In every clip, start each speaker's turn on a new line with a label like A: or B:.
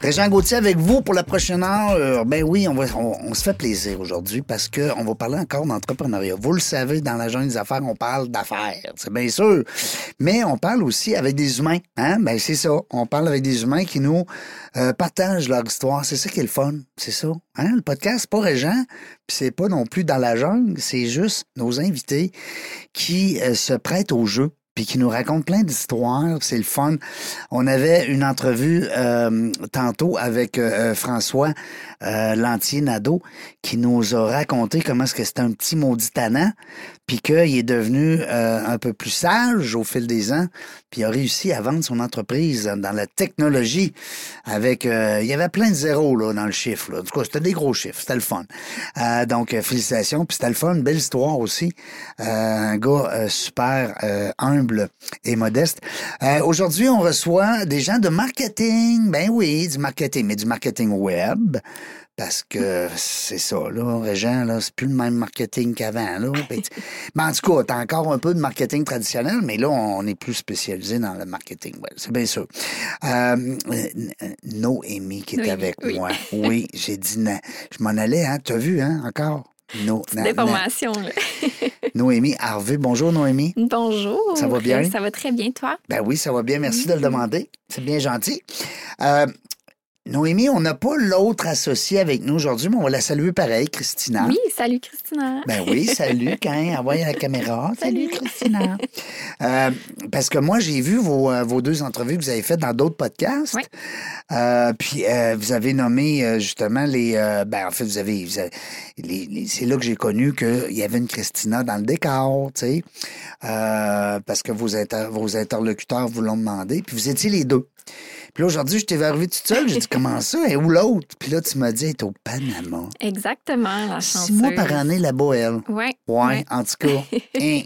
A: Régent Gauthier avec vous pour la prochaine heure. Ben oui, on, va, on, on se fait plaisir aujourd'hui parce qu'on va parler encore d'entrepreneuriat. Vous le savez, dans la jungle des affaires, on parle d'affaires, c'est bien sûr. Mais on parle aussi avec des humains. Hein? Ben c'est ça, on parle avec des humains qui nous euh, partagent leur histoire. C'est ça qui est le fun, c'est ça. Hein? Le podcast, c'est pas Régent, puis c'est pas non plus dans la jungle, c'est juste nos invités qui euh, se prêtent au jeu puis qui nous raconte plein d'histoires. C'est le fun. On avait une entrevue euh, tantôt avec euh, euh, François euh, Lantier-Nadeau qui nous a raconté comment est-ce que c'était un petit maudit tannant, puis qu'il est devenu euh, un peu plus sage au fil des ans, puis a réussi à vendre son entreprise dans la technologie avec... euh, il y avait plein de zéros là, dans le chiffre. Là. En tout cas, c'était des gros chiffres. C'était le fun. Euh, donc, euh, félicitations. Puis c'était le fun. Belle histoire aussi. Euh, un gars euh, super euh, humble et modeste. Euh, Aujourd'hui, on reçoit des gens de marketing. Ben oui, du marketing, mais du marketing web. Parce que c'est ça, là, Régent, là, c'est plus le même marketing qu'avant, là. Puis tu- Mais en tout cas, t'as encore un peu de marketing traditionnel, mais là, on est plus spécialisé dans le marketing web, c'est bien sûr. Euh, euh, Noémie qui est
B: Noémie,
A: avec
B: oui.
A: moi. Oui, j'ai dit, na- je m'en allais, hein, t'as vu, hein, encore? No, na- na-
B: Déformation. là.
A: Noémie Harvey. Bonjour, Noémie.
B: Bonjour.
A: Ça va bien?
B: Ça va très bien, toi?
A: Ben oui, ça va bien. Merci de le demander. C'est bien gentil. Euh, Noémie, on n'a pas l'autre associée avec nous aujourd'hui, mais on va la saluer pareil, Christina.
B: Oui, salut Christina.
A: Hein? Ben oui, salut, quand elle voit la caméra. Salut,
B: Salut.
A: Christina. Euh, parce que moi, j'ai vu vos, euh, vos deux entrevues que vous avez faites dans d'autres podcasts.
B: Oui.
A: Euh, puis euh, vous avez nommé euh, justement les. euh, ben, en fait, vous avez. vous avez- les- les- c'est là que j'ai connu qu'il y avait une Christina dans le décor, tu sais. Euh, parce que vos, inter- vos interlocuteurs vous l'ont demandé. Puis vous étiez les deux. Puis là, aujourd'hui, je t'ai arrivé toute seule. J'ai dit, comment ça? Et où l'autre? Puis là, tu m'as dit, elle est au Panama.
B: Exactement, la chanson.
A: Six mois par année là-bas, elle.
B: Oui.
A: Ouais, en tout cas. hein.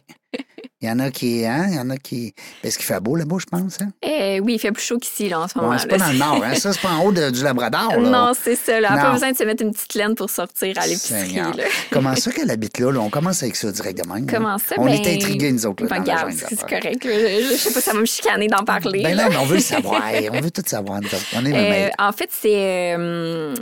A: Il y en a qui. Hein, il y en a qui. Parce qu'il fait beau là-bas, je pense. Hein?
B: Eh, oui, il fait plus chaud qu'ici, là, en ce moment.
A: Ouais, c'est pas
B: là.
A: dans le nord, hein? Ça, c'est pas en haut de- du Labrador. Là.
B: Non, c'est ça. Là. Pas
A: Non.
B: besoin de se mettre une petite laine pour sortir à l'épicerie.
A: Seigneur.
B: là.
A: Comment ça qu'elle habite là, là? On commence avec ça directement. là.
B: Comment ça?
A: On
B: ben,
A: est intrigués, nous autres. Là,
B: ben,
A: dans la
B: regarde,
A: jungle,
B: c'est
A: là.
B: correct. Je, je sais pas, ça va me chicaner d'en parler.
A: Ben
B: là.
A: non, mais on veut le savoir. on veut tout savoir. nous autres. On est
B: Euh,
A: même.
B: en fait, c'est euh,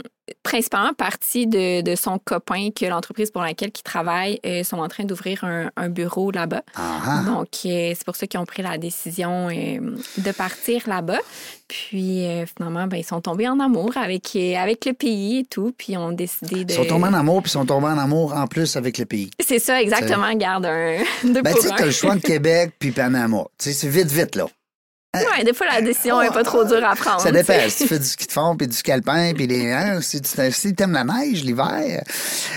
B: principalement partie de, de son copain que l'entreprise pour laquelle il travaille euh, sont en train d'ouvrir un, un bureau là-bas.
A: Ah, ah.
B: Donc, euh, c'est pour ça qu'ils ont pris la décision euh, de partir là-bas. Puis, euh, finalement, ben, ils sont tombés en amour avec, euh, avec le pays et tout. Puis, ont décidé de.
A: Ils sont tombés en amour, puis ils sont tombés en amour en plus avec le pays.
B: C'est ça, exactement. Garde un. Deux
A: Ben,
B: pour
A: tu sais,
B: un.
A: t'as le choix de Québec puis Panama. Tu sais, c'est vite, vite, là.
B: Ouais, des fois, la décision n'est pas trop dure à prendre.
A: Ça
B: tu sais.
A: dépend. Si tu fais du ski de fond, puis du scalpin, puis les. Hein, si tu si t'aimes la neige l'hiver.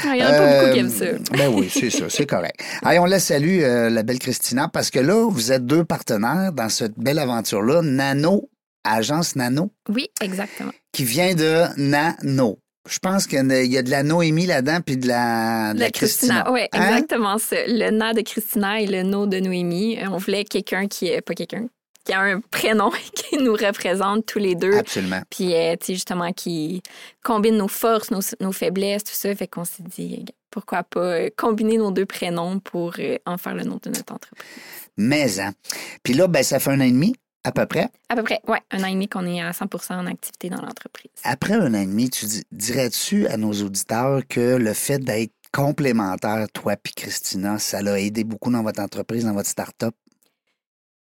B: Il n'y en a pas beaucoup qui aiment ça.
A: Euh, Ben oui, c'est ça, c'est correct. Allez, on la salue, euh, la belle Christina, parce que là, vous êtes deux partenaires dans cette belle aventure-là, Nano, agence Nano,
B: Oui, exactement.
A: qui vient de Nano. Je pense qu'il y en a- il y a de la Noémie là-dedans, puis de la, de la Christina.
B: Oui,
A: Hein?
B: exactement ça. Le na de Christina et le no de Noémie. Euh, On voulait quelqu'un qui est pas quelqu'un, qui a un prénom qui nous représente tous les deux.
A: Absolument.
B: Puis, euh, tu sais, justement, qui combine nos forces, nos, nos faiblesses, tout ça. Fait qu'on s'est dit, pourquoi pas euh, combiner nos deux prénoms pour euh, en faire le nom de notre entreprise.
A: Mais, hein. Puis là, ben, ça fait un an et demi, à peu près.
B: À peu près, ouais, un an et demi qu'on est à 100 en activité dans l'entreprise.
A: Après un an et demi, tu dis- dirais-tu à nos auditeurs que le fait d'être complémentaire, toi puis Christina, ça l'a aidé beaucoup dans votre entreprise, dans votre start-up?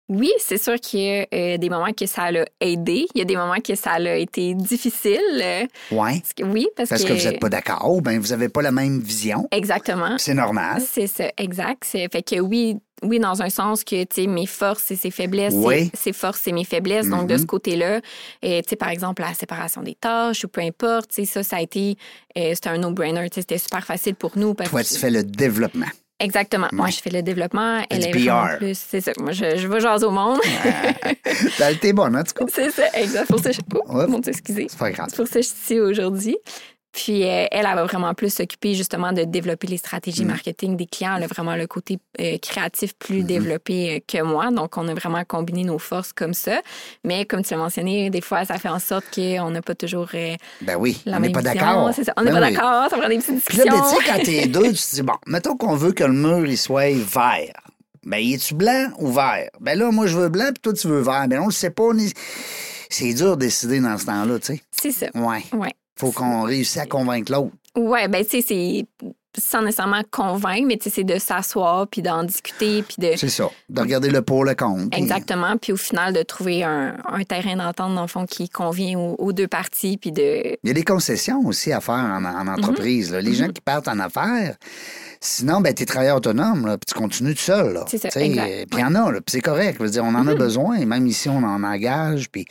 B: Oui, c'est sûr qu'il y a euh, des moments que ça l'a aidé. Il y a des moments que ça l'a été difficile. euh,
A: Ouais.
B: parce que- oui, parce,
A: Parce que vous n'êtes pas d'accord, ben vous n'avez pas la même vision.
B: Exactement.
A: C'est normal.
B: Ah, C'est ça, exact. C'est fait que oui, oui, dans un sens que tu sais, mes forces c'est ses faiblesses,
A: Oui.
B: ses- ses forces c'est mes faiblesses. Donc de
A: Mhm.
B: ce côté-là, euh, tu sais, par exemple la séparation des tâches ou peu importe, tu sais, ça, ça a été, euh, c'était un no-brainer. Tu sais, c'était super facile pour nous parce
A: Toi,
B: que-
A: tu fais le développement.
B: exactement. Moi,
A: Ouais.
B: je fais le développement,
A: Fais
B: elle
A: du
B: est vraiment
A: PR.
B: plus. C'est ça. Moi, je, je vais jaser au monde.
A: T'as été bonne, en tout cas.
B: c'est ça, exact. Pour ça, je... oh,
A: Oups.
B: mon Dieu, excusez.
A: C'est pas grave.
B: C'est pour ça que je suis ici aujourd'hui. Puis euh, elle, elle va vraiment plus s'occuper justement de développer les
A: Mm-hmm.
B: stratégies marketing des clients. Elle a vraiment le côté euh, créatif plus développé euh, que moi. Donc, on a vraiment combiné nos forces comme ça. Mais comme tu l'as mentionné, des fois, ça fait en sorte qu'on n'a pas toujours euh,
A: Ben oui,
B: la
A: on n'est
B: même
A: pas
B: vision.
A: d'accord.
B: C'est ça. On n'est
A: Ben
B: pas
A: oui.
B: d'accord. Ça prend des petites
A: Puis là,
B: discussions.
A: ben, tu sais, quand t'es deux, tu te dis, bon, mettons qu'on veut que le mur, il soit vert. Ben, es-tu blanc ou vert? Ben là, moi, je veux blanc, puis toi, tu veux vert. Ben, on le sait pas. on est- C'est dur de décider dans ce temps-là, tu sais.
B: C'est ça.
A: Ouais.
B: Ouais.
A: Faut qu'on réussisse à convaincre l'autre.
B: Ouais, ben tu sais, c'est sans nécessairement convaincre, mais tu sais, c'est de s'asseoir puis d'en discuter puis de
A: C'est ça. De regarder le pour, le contre. puis-
B: Exactement. Puis au final, de trouver un, un terrain d'entente, dans le fond, qui convient aux, aux deux parties. Puis de.
A: Il y a des concessions aussi à faire en, en
B: Mhm.
A: entreprise. là. Les gens qui partent en affaires, sinon, ben, tu es travailleur autonome, là, puis tu continues tout seul. là.
B: C'est ça,
A: Tu sais,
B: exact. Mhm.
A: euh, Puis il y en a, là, puis c'est correct. Je veux dire, on en a besoin. Même ici, on en engage. Puis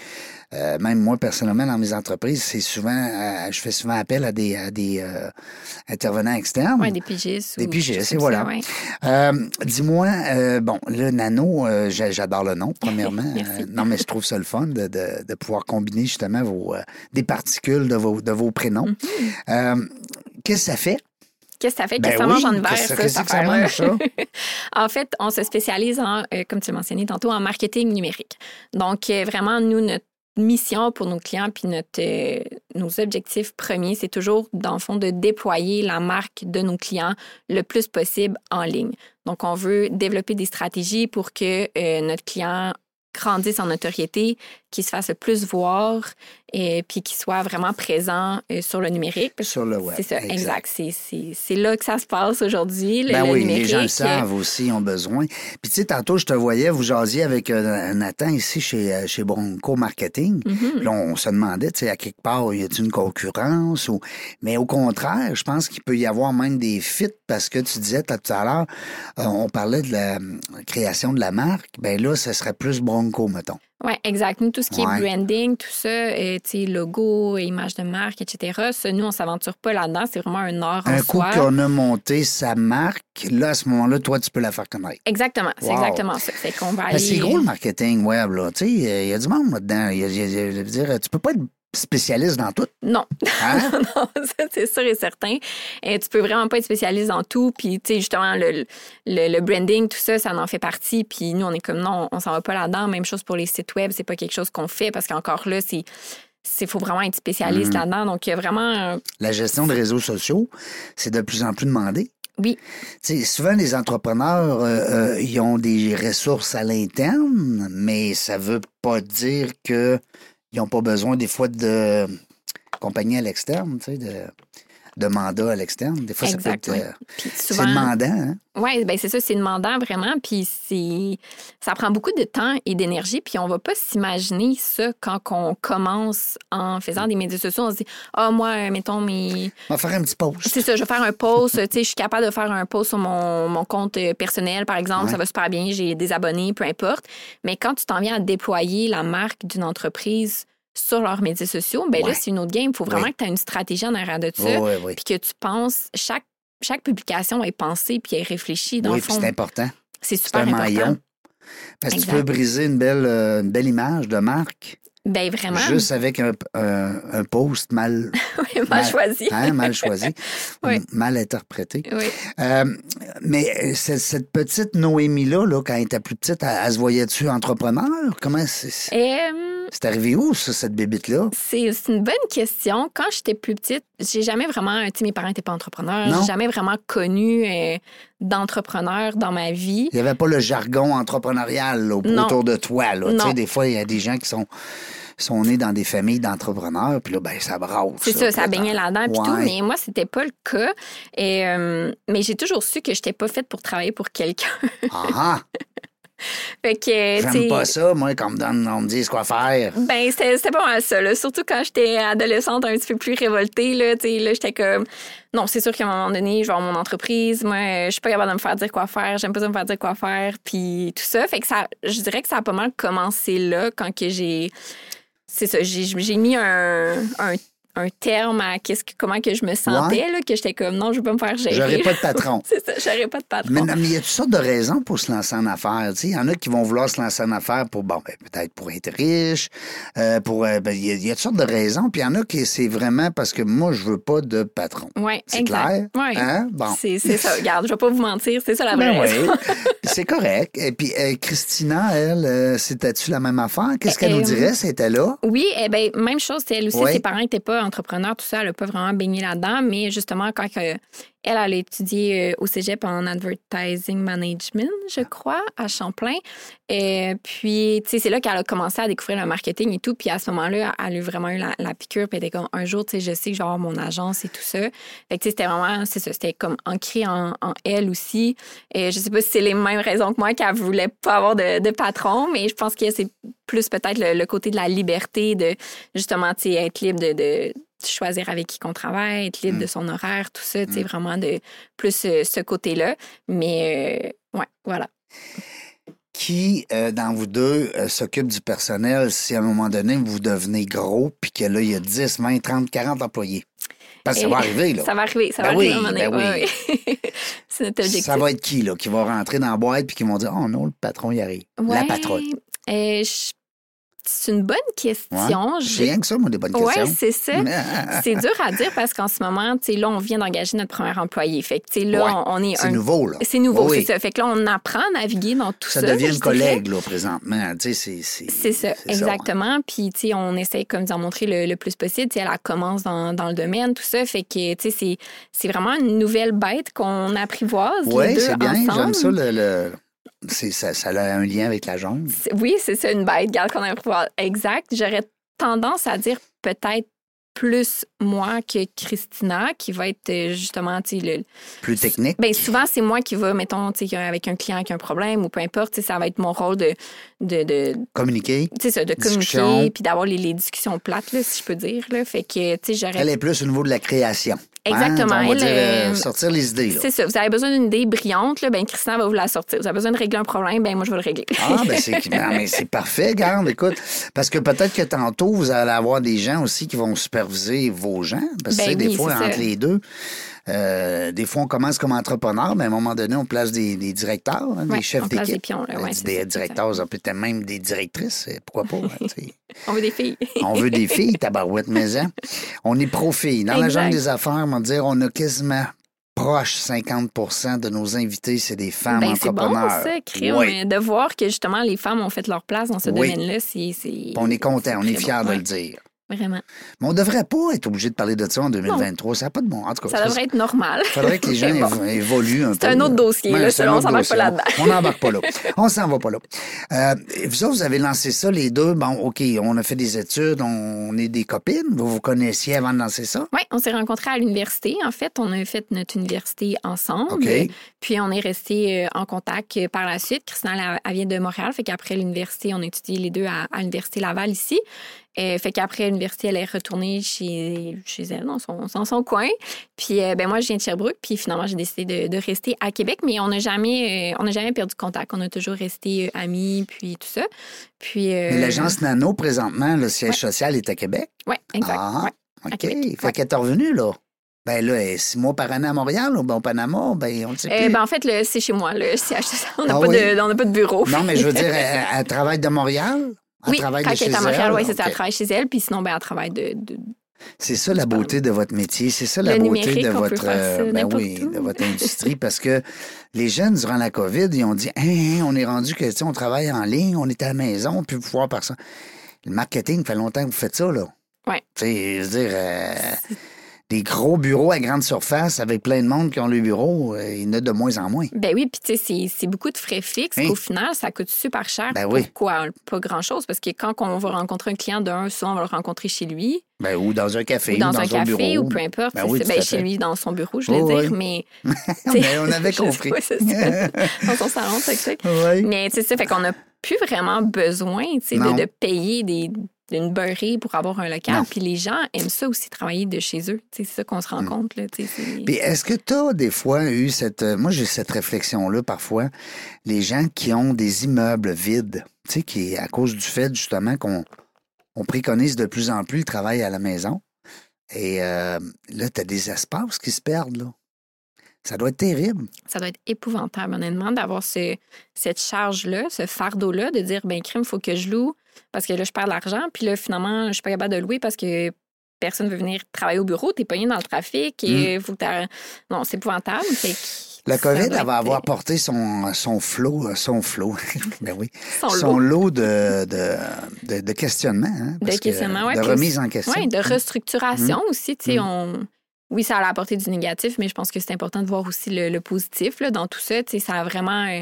A: euh, même moi, personnellement, dans mes entreprises, c'est souvent, euh, je fais souvent appel à des, à des euh, intervenants externes.
B: Ouais, des pigistes.
A: Hmm. Des
B: ou
A: pigistes,
B: quelque chose
A: et voilà.
B: comme ça, ouais.
A: Euh, Dis-moi, euh, bon, le nano, euh, j'a- j'adore le nom, premièrement.
B: Merci.
A: Euh, non, mais je trouve ça le fun de, de- de pouvoir combiner justement vos, euh, des particules de vos, de vos prénoms.
B: Mm-hmm.
A: Euh, Qu'est-ce que ça fait?
B: Qu'est-ce que ça fait?
A: Ben
B: Qu'est-ce que ça mange
A: oui,
B: en hiver,
A: qu'est-ce-
B: ça,
A: qu'est-ce
B: cette
A: que ça mange, ça?
B: affaire-là? en fait, on se spécialise en, euh, comme tu mentionnais tantôt, en marketing numérique. Donc, euh, vraiment, nous, notre mission pour nos clients, puis notre, euh, nos objectifs premiers, c'est toujours, dans le fond, de déployer la marque de nos clients le plus possible en ligne. Donc, on veut développer des stratégies pour que euh, notre client grandisse en notoriété, qu'il se fasse le plus voir et puis qu'il soit vraiment présent euh, sur le numérique. Parce que
A: Sur le web.
B: c'est ça, exact. C'est- C'est c'est là que ça se passe aujourd'hui. Le,
A: Ben
B: le
A: oui, les
B: numérique. euh,
A: gens le savent aussi, ils ont besoin. Puis tu sais, tantôt, je te voyais, vous jasiez avec euh, Nathan ici chez, euh, chez Bronco Marketing.
B: Mhm.
A: Puis là, on se demandait, tu sais, à quelque part, y a-t-il une concurrence? Ou... Mais au contraire, je pense qu'il peut y avoir même des fits parce que tu disais tout à l'heure, euh, on parlait de la euh, création de la marque. Ben là, ce serait plus Bronco, mettons.
B: Oui, exact. Nous, tout ce qui
A: Ouais.
B: est branding, tout ça, euh, tu sais, logo, image de marque, etc., ça, nous, on s'aventure pas là-dedans. C'est vraiment un art en
A: Un coup
B: soi.
A: qu'on a monté sa marque, là, à ce moment-là, toi, tu peux la faire connaître.
B: Exactement. C'est
A: Wow.
B: exactement ça. Fait qu'on va aller.
A: Parce que c'est gros le marketing web, là. Tu sais, il y a du monde là-dedans. Il y a- il y a- je veux dire, tu peux pas être spécialiste dans tout,
B: Non,
A: hein?
B: non, ça, c'est sûr et certain. Et tu peux vraiment pas être spécialiste dans tout. Puis, tu sais, justement, le, le, le branding, tout ça, ça en fait partie. Puis, nous, on est comme non, on s'en va pas là-dedans. Même chose pour les sites web, c'est pas quelque chose qu'on fait parce qu'encore là, c'est. Il faut vraiment être spécialiste là-dedans. Donc, il y a vraiment un-
A: La gestion de réseaux sociaux, c'est de plus en plus demandé.
B: Oui,
A: Tu sais, souvent, les entrepreneurs, euh, euh, ils ont des ressources à l'interne, mais ça veut pas dire qu'ils n'ont pas besoin des fois de compagnie à l'externe, tu sais, de, de mandat à l'externe. Des fois,
B: exact.
A: ça peut
B: oui.
A: être... euh,
B: Puis
A: C'est demandant, hein?
B: Oui, ben c'est ça, c'est demandant vraiment. Puis c'est, ça prend beaucoup de temps et d'énergie. Puis on va pas s'imaginer ça quand on commence en faisant des médias sociaux. On se dit, ah, moi, euh, mettons, mes.
A: On va faire un petit post.
B: C'est ça, je vais faire un post. Tu sais, je suis capable de faire un post sur mon, mon compte euh, personnel, par exemple.
A: Ouais.
B: Ça va super bien, j'ai des abonnés, peu importe. Mais quand tu t'en viens à déployer la marque d'une entreprise sur leurs médias sociaux, ben
A: Ouais.
B: là, c'est une autre game. Il faut vraiment
A: Oui.
B: que tu aies une stratégie en arrière de ça
A: Oui, oui, oui.
B: puis que tu penses chaque chaque publication est pensée puis est réfléchie dans
A: Oui,
B: le
A: puis
B: fond.
A: c'est important.
B: C'est
A: C'est
B: super
A: un
B: important.
A: maillon. Parce que tu
B: Exact.
A: peux briser une belle, euh, une belle image de marque
B: Ben vraiment,
A: juste avec un, un- un post mal,
B: oui, mal
A: mal-
B: choisi.
A: hein, mal choisi,
B: Oui.
A: m- mal interprété.
B: Oui.
A: Euh, mais euh, cette, cette petite Noémie-là, là, quand elle était plus petite, elle, elle se voyait-tu entrepreneur? Comment c'est- c'est
B: Euh,
A: c'est arrivé où, ça, cette bébite-là?
B: c'est c'est une bonne question. Quand j'étais plus petite, j'ai jamais vraiment, tu sais, mes parents n'étaient pas entrepreneurs.
A: Non.
B: J'ai jamais vraiment connu euh, d'entrepreneur dans ma vie.
A: Il n'y avait pas le jargon entrepreneurial là, au-
B: Non.
A: autour de toi. Là.
B: Non.
A: Tu sais, Des fois, il y a des gens qui sont, sont nés dans des familles d'entrepreneurs, puis là, ben, ça brasse.
B: C'est ça, ça
A: puis là,
B: baignait là-dedans puis
A: Ouais.
B: tout, mais moi c'était pas le cas. Et, euh, mais j'ai toujours su que j'étais pas faite pour travailler pour quelqu'un.
A: Ah,
B: fait que tu
A: j'aime
B: sais,
A: pas ça, moi, qu'on me, donne, on me dise quoi faire.
B: Ben, c'était c'était pas mal ça. là. Surtout quand j'étais adolescente, un petit peu plus révoltée. Là, tu sais, là, j'étais comme, non, c'est sûr qu'à un moment donné, je vais avoir mon entreprise. Moi, euh, je suis pas capable de me faire dire quoi faire. J'aime pas ça me faire dire quoi faire. Puis tout ça. Fait que ça, je dirais que ça a pas mal commencé là, quand que j'ai. C'est ça, j'ai j'ai mis un, un, un terme à qu'est-ce que, comment que je me sentais, là, que j'étais comme non, je ne vais pas me faire gérer.
A: J'aurais pas de patron.
B: C'est ça, j'aurais pas de patron.
A: Mais, non, mais il y a toutes sortes de raisons pour se lancer en affaires. tu sais. Il y en a qui vont vouloir se lancer en affaires pour, bon, ben, peut-être pour être riche, euh, pour. euh, ben, Il y, a- il y a toutes sortes de raisons. Puis il y en a qui c'est vraiment parce que moi, je veux pas de patron.
B: Ouais,
A: C'est
B: exact.
A: clair?
B: Ouais.
A: Hein? Bon.
B: C'est c'est ça. Regarde, je vais pas vous mentir, c'est ça la vraie
A: Ben
B: raison.
A: oui. c'est correct. Et puis, euh, Christina, elle, euh, c'était-tu la même affaire? Qu'est-ce qu'elle
B: Euh,
A: nous dirait? C'était là?
B: Oui, eh ben, même chose, c'est elle aussi,
A: Ouais.
B: ses parents n'étaient pas entrepreneurs, tout ça, elle n'a pas vraiment baigné là-dedans, mais justement, quand que- elle, elle a étudié euh, au cégep en advertising management, je crois, à Champlain. Et puis, tu sais, c'est là qu'elle a commencé à découvrir le marketing et tout. Puis à ce moment-là, elle a eu vraiment eu la, la piqûre. Puis elle était comme, un jour, tu sais, je sais que je vais avoir mon agence et tout ça. Fait que, tu sais, c'était vraiment, c'est ça, c'était comme ancré en, en elle aussi. Et je sais pas si c'est les mêmes raisons que moi qu'elle voulait pas avoir de, de patron, mais je pense que c'est plus peut-être le, le côté de la liberté, de justement, tu sais, être libre de, de choisir avec qui qu'on travaille, être libre
A: Mm.
B: de son horaire, tout ça, tu sais,
A: Mm.
B: vraiment de plus euh, ce côté-là. Mais, euh, ouais, voilà.
A: Qui, euh, dans vous deux, euh, s'occupe du personnel si à un moment donné, vous devenez gros puis que là, il y a 10, 20, 30, 40 employés? Parce que ça
B: Eh,
A: va arriver, là.
B: Ça va arriver, ça
A: Ben
B: va arriver
A: oui,
B: à un moment donné.
A: ben
B: Ouais, ouais. c'est notre objectif.
A: Ça va être qui, là, qui va rentrer dans la boîte puis qui vont dire, oh non, le patron y arrive. La
B: Ouais.
A: patronne.
B: Euh, je- C'est une bonne question.
A: J'ai
B: J'ai-
A: rien que ça, moi, des bonnes
B: Ouais,
A: questions. Ah,
B: c'est ça. C'est dur à dire parce qu'en ce moment, tu sais, là, on vient d'engager notre premier employé. Fait que, tu sais, là,
A: Ouais,
B: on, on est
A: C'est
B: un-
A: nouveau, là.
B: C'est nouveau,
A: Oui.
B: c'est ça. Fait que là, on apprend à naviguer dans tout
A: Ça
B: ça.
A: devient
B: je
A: le
B: dirais.
A: collègue, là, présentement. Tu sais, c'est.
B: C'est ça, exactement. Puis, tu sais, on essaie comme d'en montrer le, le plus possible. Tu sais, elle elle commence dans, dans le domaine, tout ça. Fait que, tu sais, c'est- c'est vraiment une nouvelle bête qu'on apprivoise. les
A: Oui,
B: deux
A: c'est bien. J'aime
B: ensemble.
A: ça. Le, le- c'est- ça, ça a un lien avec la jungle.
B: C'est- Oui, c'est ça, une bête, garde qu'on a pouvoir. Exact. J'aurais tendance à dire peut-être plus moi que Christina, qui va être euh, justement, tu sais, le-
A: Plus technique.
B: ben, souvent, c'est moi qui va, mettons, tu sais, avec un client qui a un problème ou peu importe, tu sais, ça va être mon rôle de, de, de,
A: Communiquer.
B: tu sais, ça, de
A: Discussion.
B: communiquer puis d'avoir les, les discussions plates, là, si je peux dire. Là. Fait que, tu sais, j'aurais.
A: Elle est plus au niveau de la création. hein.
B: Exactement.
A: On va
B: Elle,
A: dire, euh,
B: euh,
A: sortir les idées, là.
B: C'est ça. Vous avez besoin d'une idée brillante, là, ben Christina va vous la sortir. Vous avez besoin de régler un problème, ben moi je vais le régler.
A: Ah, ben c'est non, mais c'est parfait, garde, écoute. Parce que peut-être que tantôt, vous allez avoir des gens aussi qui vont superviser vos gens. Parce que
B: Ben
A: tu sais, des
B: oui,
A: fois,
B: c'est
A: entre
B: ça.
A: les deux, euh, des fois, on commence comme entrepreneur, mais à un moment donné, on place des, des directeurs, hein, des
B: Ouais,
A: chefs
B: on place des
A: d'équipe.
B: pions, là,
A: Euh,
B: ouais, c'est
A: des
B: ça,
A: directeurs, peut-être même des directrices, euh, pourquoi pas. hein, tu sais.
B: On veut des filles.
A: on veut des filles, tabarouette maison. On est pro-filles. Dans la
B: Exact.
A: jungle des affaires, on va dire, on a quasiment proche 50 de nos invités, c'est des femmes
B: Ben, c'est bon,
A: entrepreneurs.
B: ça, crime.
A: Oui.
B: De voir que justement les femmes ont fait leur place dans ce
A: Oui.
B: domaine-là, c'est. c'est-
A: Puis On est content, on est
B: très
A: fiers
B: bon,
A: de
B: ouais.
A: le dire.
B: Vraiment.
A: Mais on devrait pas être obligé de parler de ça en 2023. Ça n'a pas de bon. En tout cas,
B: Ça devrait être normal.
A: il faudrait que les gens
B: Mais bon.
A: évo- évoluent un peu.
B: C'est un autre dossier,
A: Ouais,
B: là,
A: c'est
B: ça,
A: un
B: on
A: autre
B: s'embarque pas
A: dossier.
B: là-dedans.
A: On n'embarque pas là. On s'en va pas là. Euh, vous autres, vous avez lancé ça, les deux. Bon, OK, on a fait des études, on est des copines. Vous vous connaissiez avant de lancer ça?
B: Oui, on s'est rencontrés à l'université. En fait, on a fait notre université ensemble.
A: OK.
B: Puis on est restés euh, en contact euh, par la suite. Christina, elle, elle vient de Montréal. Fait qu'après l'université, on a étudié les deux à, à l'université Laval ici. Euh, fait qu'après l'université, elle est retournée chez, chez elle, dans son, dans son coin. Puis euh, ben moi, je viens de Sherbrooke. Puis finalement, j'ai décidé de, de rester à Québec. Mais on n'a jamais, euh, on n'a jamais perdu contact. On a toujours resté euh, amis, puis tout ça. Puis. euh,
A: Mais l'agence Nano, présentement, le siège social est à Québec.
B: Ouais, exact.
A: Ah,
B: Ouais. À
A: OK.
B: Québec,
A: Fait
B: ouais.
A: qu'elle est revenue, là. Ben là, elle est six mois par année à Montréal ou ben, au Panama, ben on ne sait plus.
B: Euh, ben, en fait, le- c'est chez moi, le CHSC. On n'a
A: Ah
B: pas,
A: oui?
B: de- on n'a pas de bureau.
A: Non, mais je veux dire, elle, elle travaille de Montréal? Elle
B: oui,
A: travaille
B: quand
A: de
B: elle
A: chez
B: est à Montréal,
A: elle? euh,
B: oui, c'est ça,
A: OK.
B: elle travaille chez elle. Puis sinon, ben, elle travaille de, de-
A: C'est ça la beauté de votre métier, c'est ça la
B: Le
A: beauté
B: numérique,
A: de
B: on peut
A: votre,
B: faire ça
A: ben
B: n'importe
A: oui,
B: où.
A: de votre industrie, parce que les jeunes durant la COVID, ils ont dit, Hein, hein, on est rendu que tu sais, on travaille en ligne, on est à la maison, puis pouvoir personne. Le marketing, fait longtemps que vous faites ça là.
B: Ouais.
A: Tu sais, je veux dire, euh, des gros bureaux à grande surface avec plein de monde qui ont le bureau, euh, il y en a de moins en moins.
B: Ben oui, puis tu sais, c'est- c'est beaucoup de frais fixes
A: Hein?
B: qu'au final, ça coûte super cher.
A: Ben oui.
B: Pourquoi? Pas grand-chose. Parce que quand on va rencontrer un client d'un, souvent, on va le rencontrer chez lui,
A: Ben, ou dans un café,
B: ou dans, un
A: son
B: café,
A: bureau.
B: ou peu importe.
A: Ben
B: c'est
A: oui,
B: ça.
A: tout à
B: Ben,
A: fait.
B: chez lui, dans son bureau, je veux
A: Oh,
B: dire.
A: oui.
B: Mais tu sais,
A: Ben, on avait
B: je sais
A: compris.
B: pas, c'est ça. dans son salon, tac, tac.
A: Oui.
B: Mais c'est ça, fait qu'on n'a plus vraiment besoin tu sais,
A: Non.
B: de, de payer des d'une beurrée pour avoir un
A: Non.
B: local. Puis les gens aiment ça aussi, travailler de chez eux. Tu sais, C'est ça qu'on se
A: Mm.
B: rend compte. Là, tu sais, c'est-
A: Puis est-ce que tu as des fois eu cette. euh, Moi, j'ai cette réflexion-là parfois. Les gens qui ont des immeubles vides, tu sais, qui, à cause du fait justement qu'on on préconise de plus en plus le travail à la maison, Et euh, là, tu as des espaces qui se perdent, là. Ça doit être terrible.
B: Ça doit être épouvantable, honnêtement, d'avoir ce, cette charge-là, ce fardeau-là, de dire, ben crime, il faut que je loue parce que là, je perds de l'argent. Puis là, finalement, je suis pas capable de louer parce que personne veut venir travailler au bureau. Tu es pogné dans le trafic et faut que t'as- Non, c'est épouvantable. Fait que
A: Mm. La
B: ça
A: COVID, elle
B: doit
A: va
B: être-
A: avoir porté son, son flot, euh, son flot, ben oui,
B: Son lot.
A: son lot de, de, de, de questionnements. hein, parce que-
B: questionnements, ouais,
A: De
B: puis
A: remise en question.
B: Oui, de restructuration aussi. Tu sais,
A: Mm.
B: on... Oui, ça a apporté du négatif, mais je pense que c'est important de voir aussi le, le positif là, dans tout ça. Tu sais, ça a vraiment. euh,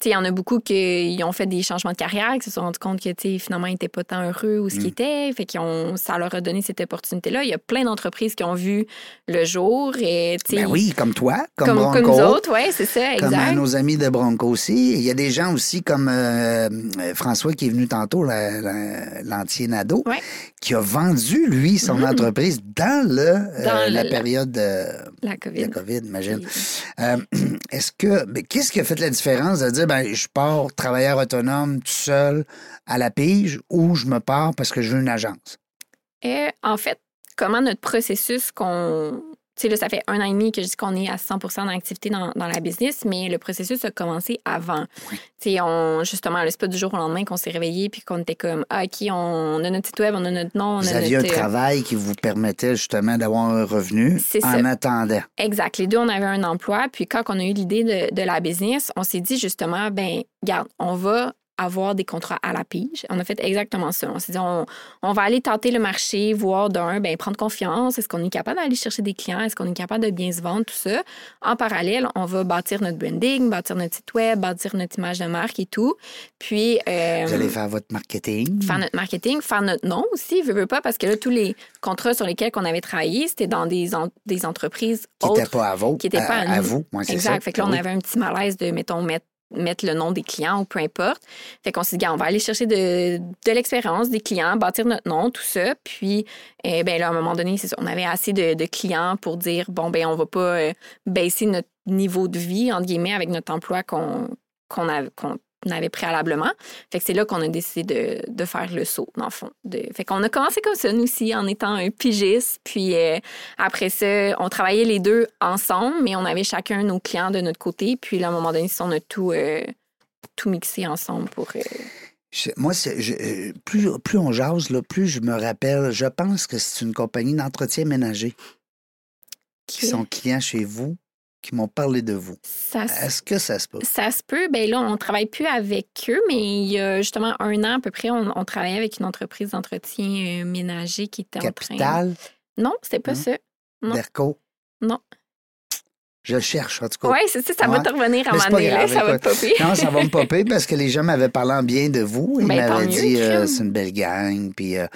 B: tu sais, Il y en a beaucoup qui ont fait des changements de carrière, qui se sont rendus compte que tu sais, finalement, ils n'étaient pas tant heureux ou ce
A: Mmh.
B: qu'ils étaient. Fait qu'ils ont, ça leur a donné cette opportunité-là. Il y a plein d'entreprises qui ont vu le jour. Et, tu sais,
A: Ben oui, comme toi, comme,
B: comme, comme
A: Bronco,
B: nous autres, oui, c'est ça,
A: comme, euh,
B: exact.
A: nos amis de Bronco aussi. Il y a des gens aussi comme euh, euh, François qui est venu tantôt, la- la- l'entier Nadeau,
B: Ouais. Mm-hmm.
A: qui a vendu, lui, son entreprise dans, le, euh,
B: Dans
A: la
B: le-
A: période de, de
B: La
A: la
B: COVID.
A: COVID, imagine.
B: Puis-
A: Euh, Est-ce que. mais Qu'est-ce qui a fait la différence de dire, ben, je pars travailleur autonome tout seul à la pige ou je me pars parce que je veux une agence?
B: Et en fait, comment notre processus qu'on. Tu sais, là, ça fait un an et demi que je dis qu'on est à 100 d'activité dans, dans la business, mais le processus a commencé avant. Tu sais, on, justement, là, c'est pas du jour au lendemain qu'on s'est réveillé puis qu'on était comme, ah, OK, on a notre site web, on a notre nom, on
A: Vous
B: a hein.
A: aviez un
B: notre. euh,
A: travail qui vous permettait justement d'avoir un revenu
B: C'est
A: en
B: ça.
A: attendant.
B: Exact. Les deux, on avait un emploi. Puis quand on a eu l'idée de, de la business, on s'est dit justement, ben, regarde, on va avoir des contrats à la pige. On a fait exactement ça. On s'est dit, on, on va aller tenter le marché, voir d'un, ben, prendre confiance. Est-ce qu'on est capable d'aller chercher des clients? Est-ce qu'on est capable de bien se vendre? Tout ça. En parallèle, on va bâtir notre branding, bâtir notre site web, bâtir notre image de marque et tout. Puis. euh,
A: Vous allez faire votre marketing.
B: faire notre marketing, faire notre nom aussi, veux, veux pas, parce que là, tous les contrats sur lesquels on avait travaillé, c'était dans des, en- des entreprises
A: qui n'était
B: autres
A: pas à vous.
B: qui était pas à nous.
A: vous. Ouais, c'est
B: Exact.
A: ça.
B: Fait que là, on
A: Oui.
B: avait un petit malaise de, mettons, mettre, mettre le nom des clients ou peu importe. Fait qu'on s'est dit, Gars, on va aller chercher de, de l'expérience des clients, bâtir notre nom, tout ça. Puis, eh ben là, à un moment donné, c'est ça, on avait assez de, de clients pour dire, bon, ben on va pas euh, baisser notre niveau de vie, entre guillemets, avec notre emploi qu'on qu'on a- qu'on avait préalablement. Fait que c'est là qu'on a décidé de, de faire le saut, dans le fond. De- fait qu'on a commencé comme ça, nous aussi, en étant un pigiste. Puis euh, après ça, on travaillait les deux ensemble, mais on avait chacun nos clients de notre côté. Puis là, à un moment donné, on a tout, euh, tout mixé ensemble pour... euh,
A: Je- moi, c'est- je- euh, plus, plus on jase, là, plus je me rappelle, je pense que c'est une compagnie d'entretien ménager qui sont clients chez vous, qui m'ont parlé de vous.
B: Ça se
A: Est-ce que ça se peut?
B: Ça se peut. Ben là, on travaille plus avec eux, mais il y a justement un an à peu près, on, on travaillait avec une entreprise d'entretien euh, ménager qui était en train.
A: Capital, Hein?
B: Non, c'était pas
A: Non.
B: ça. Non.
A: Derco?
B: Non.
A: Je le cherche, en tout cas.
B: Oui, c'est ça, ça va
A: Ouais.
B: te revenir à un
A: Mais c'est
B: moment
A: pas
B: donné, là,
A: grave,
B: ça va te
A: écoute.
B: popper.
A: Non, ça va me popper parce que les gens m'avaient parlé en bien de vous. Ils
B: Ben, tant
A: m'avaient
B: mieux,
A: dit euh,
B: crime.
A: c'est une belle gang. Puis euh,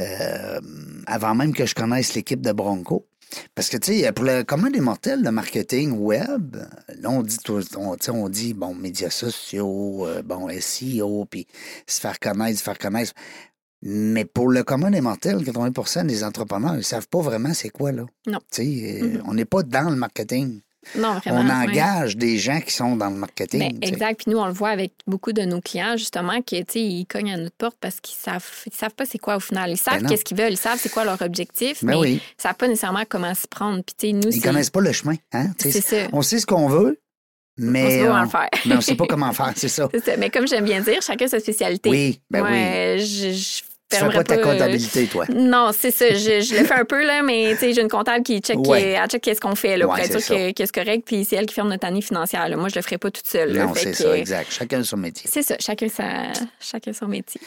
A: euh, avant même que je connaisse l'équipe de Bronco. Parce que, tu sais, pour le commun des mortels, le marketing web, là, on dit, tout- on, tu sais, on dit, bon, médias sociaux, euh, bon, SEO, puis se faire connaître, se faire connaître. Mais pour le commun des mortels, 80 des entrepreneurs ne savent pas vraiment c'est quoi, là.
B: Non.
A: Tu sais, euh,
B: Mhm.
A: on n'est pas dans le marketing.
B: Non, vraiment.
A: on
B: ouais.
A: engage des gens qui sont dans le
B: Ben,
A: marketing. tu sais.
B: exact. Puis nous, on le voit avec beaucoup de nos clients, justement, que, tu sais, ils cognent à notre porte parce qu'ils savent, ils savent pas c'est quoi au final. Ils savent
A: Ben non.
B: qu'est-ce qu'ils veulent, ils savent c'est quoi leur objectif,
A: Ben
B: mais
A: oui,
B: ils savent pas nécessairement comment se prendre. Puis, tu sais, nous,
A: ils
B: c'est-
A: connaissent pas le chemin. Hein? tu sais.
B: c'est ça.
A: On sait ce qu'on veut,
B: On sait
A: mais
B: pas comment
A: on,
B: le faire.
A: mais on sait pas comment faire, c'est ça.
B: C'est ça. Mais comme j'aime bien dire, chacun sa spécialité.
A: Oui, ben oui.
B: Ouais, je, je
A: Tu fais
B: fermerais
A: pas ta
B: pas, euh,
A: comptabilité, toi.
B: Non, c'est ça. Je, je le fais un peu, là, mais tu sais, j'ai une comptable qui check, euh,
A: Ouais.
B: elle check qu'est-ce qu'on fait, là, pour
A: Ouais,
B: être
A: c'est
B: sûr que, que c'est correct. Puis c'est elle qui ferme notre année financière. là. Moi, je le ferai pas toute seule. là.
A: Non,
B: Fait
A: c'est
B: que,
A: ça, exact. Chacun son métier.
B: C'est ça. Chacun, sa, chacun son métier.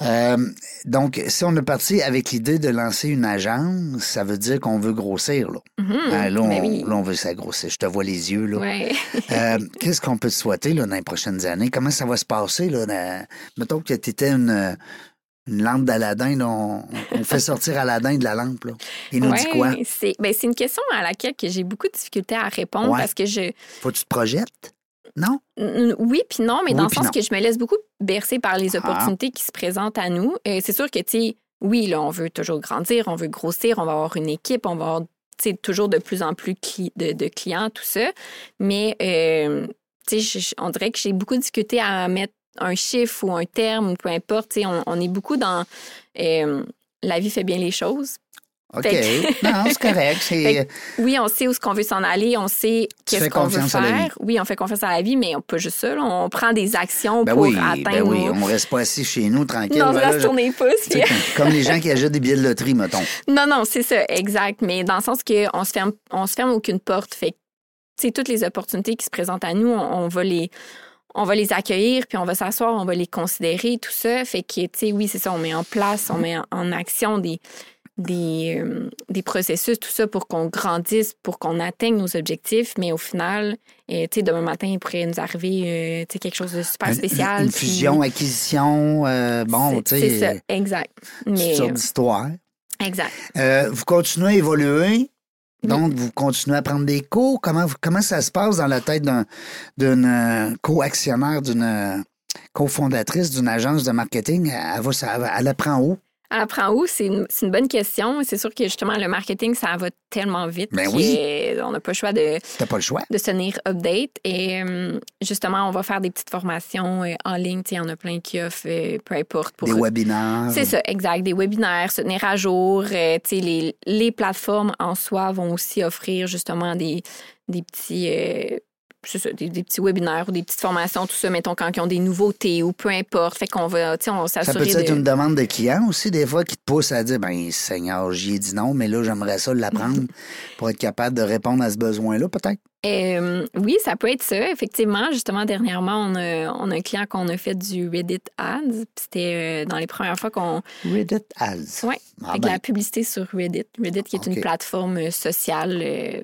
A: Euh, donc, si on est parti avec l'idée de lancer une agence, ça veut dire qu'on veut grossir, là.
B: Mhm.
A: Ah, là, on,
B: Ben oui.
A: là, on veut s'agrossir. Je te vois les yeux, là.
B: Ouais.
A: Euh, Qu'est-ce qu'on peut te souhaiter, là, dans les prochaines années? Comment ça va se passer, là? dans- Mettons que tu étais une, une lampe d'Aladin, là. On, on fait sortir Aladin de la lampe, là. Il nous dit
B: Ouais,
A: quoi?
B: C'est ben, c'est une question à laquelle que j'ai beaucoup de difficulté à répondre
A: Ouais.
B: parce que je,
A: Faut que tu te projettes? Non?
B: N- Oui, puis non, mais
A: Oui,
B: dans le
A: puis
B: sens
A: non.
B: que je me laisse beaucoup bercer par les
A: Ah.
B: opportunités qui se présentent à nous. Euh, c'est sûr que, tu sais, oui, là, on veut toujours grandir, on veut grossir, on va avoir une équipe, on va avoir, tu sais, toujours de plus en plus cli- de, de clients, tout ça. Mais, euh, tu sais, je- je- on dirait que j'ai beaucoup discuté à mettre un chiffre ou un terme ou peu importe. Tu sais, on, on est beaucoup dans euh, la vie fait bien les choses.
A: OK.
B: Fait
A: non, c'est correct. C'est...
B: Fait Oui, on sait où est-ce qu'on veut s'en aller, on sait qu'est-ce
A: fais
B: qu'on veut
A: confiance à la vie.
B: faire. Oui, on fait confiance à la vie, mais on peut juste ça. là. On prend des actions
A: Ben
B: pour
A: oui, ben
B: atteindre
A: oui,
B: nos-
A: on reste pas assis chez nous tranquille.
B: Non, on
A: voilà,
B: va se
A: je-
B: tourner les pouces.
A: tu sais,
B: puis-
A: comme comme les gens qui achètent des billets de loterie, mettons.
B: Non, non, c'est ça, exact. Mais dans le sens qu'on se ferme, on se ferme aucune porte. Fait que, tu sais, toutes les opportunités qui se présentent à nous, on, on va les, on va les accueillir, puis on va s'asseoir, on va les considérer, tout ça. Fait que, tu sais, oui, c'est ça, on met en place, on met en, en action des, des, euh, des processus, tout ça pour qu'on grandisse, pour qu'on atteigne nos objectifs. Mais au final, euh, tu sais, demain matin, il pourrait nous arriver, euh, tu sais, quelque chose de super
A: Une-
B: spécial.
A: Une,
B: puis-
A: fusion, acquisition, euh, bon, tu
B: C'est c'est ça,
A: sais,
B: exact.
A: toutes
B: Mais, euh,
A: sortes d'histoires.
B: exact.
A: Euh, vous continuez à évoluer. Donc, vous continuez à prendre des cours. Comment, vous- comment ça se passe dans la tête d'un- d'une euh, co-actionnaire, d'une euh, cofondatrice d'une agence de marketing? Elle, va, ça- elle apprend où?
B: Elle Apprends où? C'est une, c'est une bonne question. C'est sûr que justement, le marketing, ça va tellement vite.
A: Ben
B: que On n'a pas le choix de,
A: T'as pas le choix.
B: de se tenir update. Et euh, justement, on va faire des petites formations euh, en ligne. Tu sais, Il y en a plein qui offrent, euh, peu importe. Pour
A: Des webinaires.
B: C'est ça, exact. Des webinaires, se tenir à jour. euh, tu sais, les, les plateformes en soi vont aussi offrir justement des, des petits. euh, c'est ça, des, des petits webinaires ou des petites formations, tout ça, mettons, quand ils ont des nouveautés ou peu importe. Fait qu'on va, tu sais, on
A: Ça
B: s'assurer
A: peut être
B: de...
A: une demande de client aussi, des fois, qui te pousse à dire Ben, Seigneur, j'y ai dit non, mais là, j'aimerais ça l'apprendre pour être capable de répondre à ce besoin-là, peut-être.
B: Euh, oui, ça peut être ça. Effectivement, justement, dernièrement, on a, on a un client qu'on a fait du Reddit Ads. Puis C'était euh, dans les premières fois qu'on
A: Reddit Ads.
B: Ouais.
A: Ah
B: fait de
A: ben,
B: la publicité sur Reddit. Reddit qui
A: Ok.
B: est une plateforme euh, sociale euh,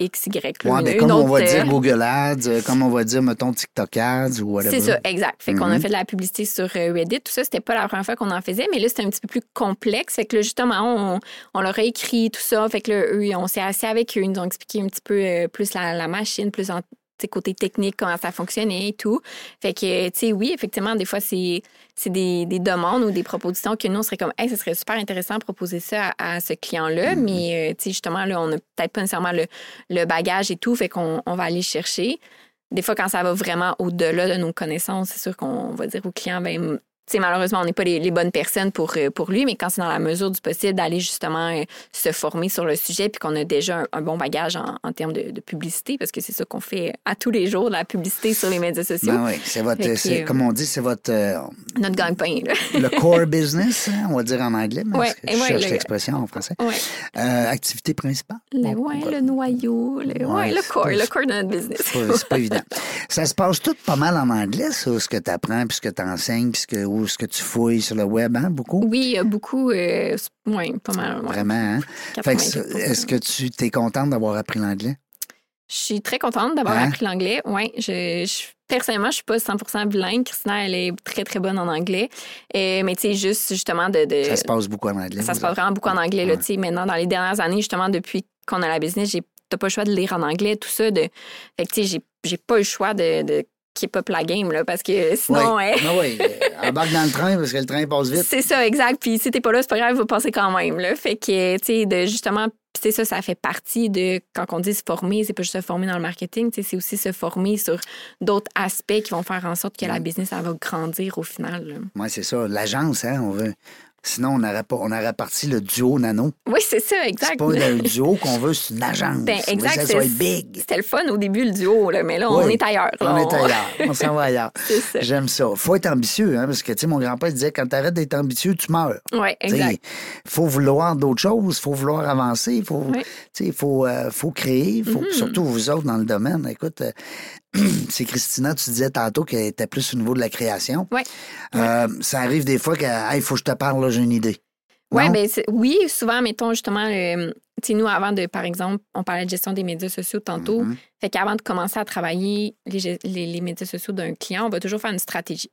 B: XY. là,
A: ouais,
B: une-
A: ben,
B: une
A: comme on
B: autre,
A: va dire
B: euh,
A: Google Ads, euh, comme on va dire, mettons, TikTok Ads ou whatever.
B: C'est ça, exact. Fait qu'on a
A: Mhm.
B: fait de la publicité sur euh, Reddit. Tout ça, c'était pas la première fois qu'on en faisait, mais là, c'était un petit peu plus complexe. Fait que là, justement, on, on leur a écrit tout ça. Fait que là, eux, on s'est assis avec eux. Ils nous ont expliqué un petit peu euh, plus la, la machine, plus en tu sais, côté technique, comment ça fonctionnait et tout. Fait que, euh, tu sais, oui, effectivement, des fois, c'est c'est des, des demandes ou des propositions que nous, on serait comme, hey, ce serait super intéressant de proposer ça à, à ce client-là, mais, euh, tu sais, justement, là, on n'a peut-être pas nécessairement le, le bagage et tout, fait qu'on on va aller chercher. Des fois, quand ça va vraiment au-delà de nos connaissances, c'est sûr qu'on va dire au client, ben, tu sais, malheureusement, on n'est pas les, les bonnes personnes pour, euh, pour lui, mais quand c'est dans la mesure du possible d'aller justement euh, se former sur le sujet, puis qu'on a déjà un, un bon bagage en, en termes de, de publicité, parce que c'est ça qu'on fait à tous les jours, de la publicité sur les médias sociaux,
A: Ben oui, c'est votre,
B: Fait que,
A: c'est-
B: euh,
A: comme on dit, c'est votre, euh,
B: notre gagne-pain. là.
A: le core business, hein, on va dire en anglais, mais
B: Ouais,
A: parce que
B: et
A: je
B: ouais,
A: cherche
B: le-
A: l'expression en français.
B: Ouais.
A: Euh, activité principale.
B: Le,
A: Bon,
B: Ben ouais,
A: on va-
B: le noyau, le, ouais,
A: Ouais,
B: le
A: c'est
B: corps,
A: pas-
B: le corps de notre
A: C'est
B: business.
A: pas- C'est pas évident. Ça se passe tout pas mal en anglais, ça, ce que tu apprends, puis ce que tu enseignes, puis ce que, ou ce que tu fouilles sur le web, hein, beaucoup?
B: Oui, il y a beaucoup, euh, c'est- ouais, pas mal. ouais,
A: Vraiment, hein? Fait que ça-
B: 88%.
A: est-ce que tu t'es contente d'avoir appris l'anglais?
B: Je suis très contente d'avoir
A: Hein?
B: appris l'anglais. Ouais, je, je- personnellement, je suis pas 100% bilingue. Christina, elle est très, très bonne en anglais. Euh, mais tu sais, juste justement de... de-
A: Ça se passe beaucoup en anglais.
B: Euh, ça se
A: vous
B: passe
A: autres?
B: vraiment beaucoup en anglais. Là,
A: Ouais.
B: tu sais, Maintenant, dans les dernières années, justement, depuis qu'on a la business, j'ai t'as pas le choix de lire en anglais, tout ça. De... Fait que tu sais, j'ai- j'ai pas eu le choix de, de keep up la game, là, parce que sinon...
A: Oui. Ah
B: hein,
A: oui, euh, embarque dans le train parce que le train passe vite.
B: C'est ça, exact. Puis si t'es pas là, c'est pas grave, il va passer quand même. Là. Fait que, tu sais, de justement, puis c'est ça, ça fait partie de, quand on dit se former, c'est pas juste se former dans le marketing, tu sais, c'est aussi se former sur d'autres aspects qui vont faire en sorte que la business, elle va grandir au final. là.
A: Oui, c'est ça. L'agence, hein, on veut. Sinon, on aurait, pas, on aurait parti le duo nano.
B: Oui, c'est ça,
A: C'est
B: exact.
A: pas un duo qu'on veut, c'est une agence.
B: Ben,
A: On veut que
B: exact,
A: ça
B: c'est-
A: soit big.
B: C'était le fun au début, le duo, là, mais là, on
A: Oui,
B: est ailleurs. là.
A: On est ailleurs. On s'en va ailleurs.
B: Oh, C'est ça.
A: J'aime ça. Faut être ambitieux, hein, parce que, tu sais, mon grand-père disait, quand t'arrêtes d'être ambitieux, tu meurs.
B: Oui,
A: Il
B: exact.
A: faut vouloir d'autres choses, faut vouloir avancer, il faut,
B: Oui. Mm-hmm.
A: tu sais, faut, euh, faut créer, faut, surtout vous autres dans le domaine. Écoute, euh, c'est Christina, tu disais tantôt qu'elle était plus au niveau de la création.
B: Ouais.
A: Euh, ça arrive des fois que, il faut que je te parle, là, j'ai une idée.
B: Ouais,
A: Non?
B: ben, c'est- oui, souvent, mettons justement, le- tu sais, nous, avant de, par exemple, on parlait de gestion des médias sociaux tantôt.
A: Mhm.
B: Fait qu'avant de commencer à travailler les, ge- les- les médias sociaux d'un client, on va toujours faire une stratégie.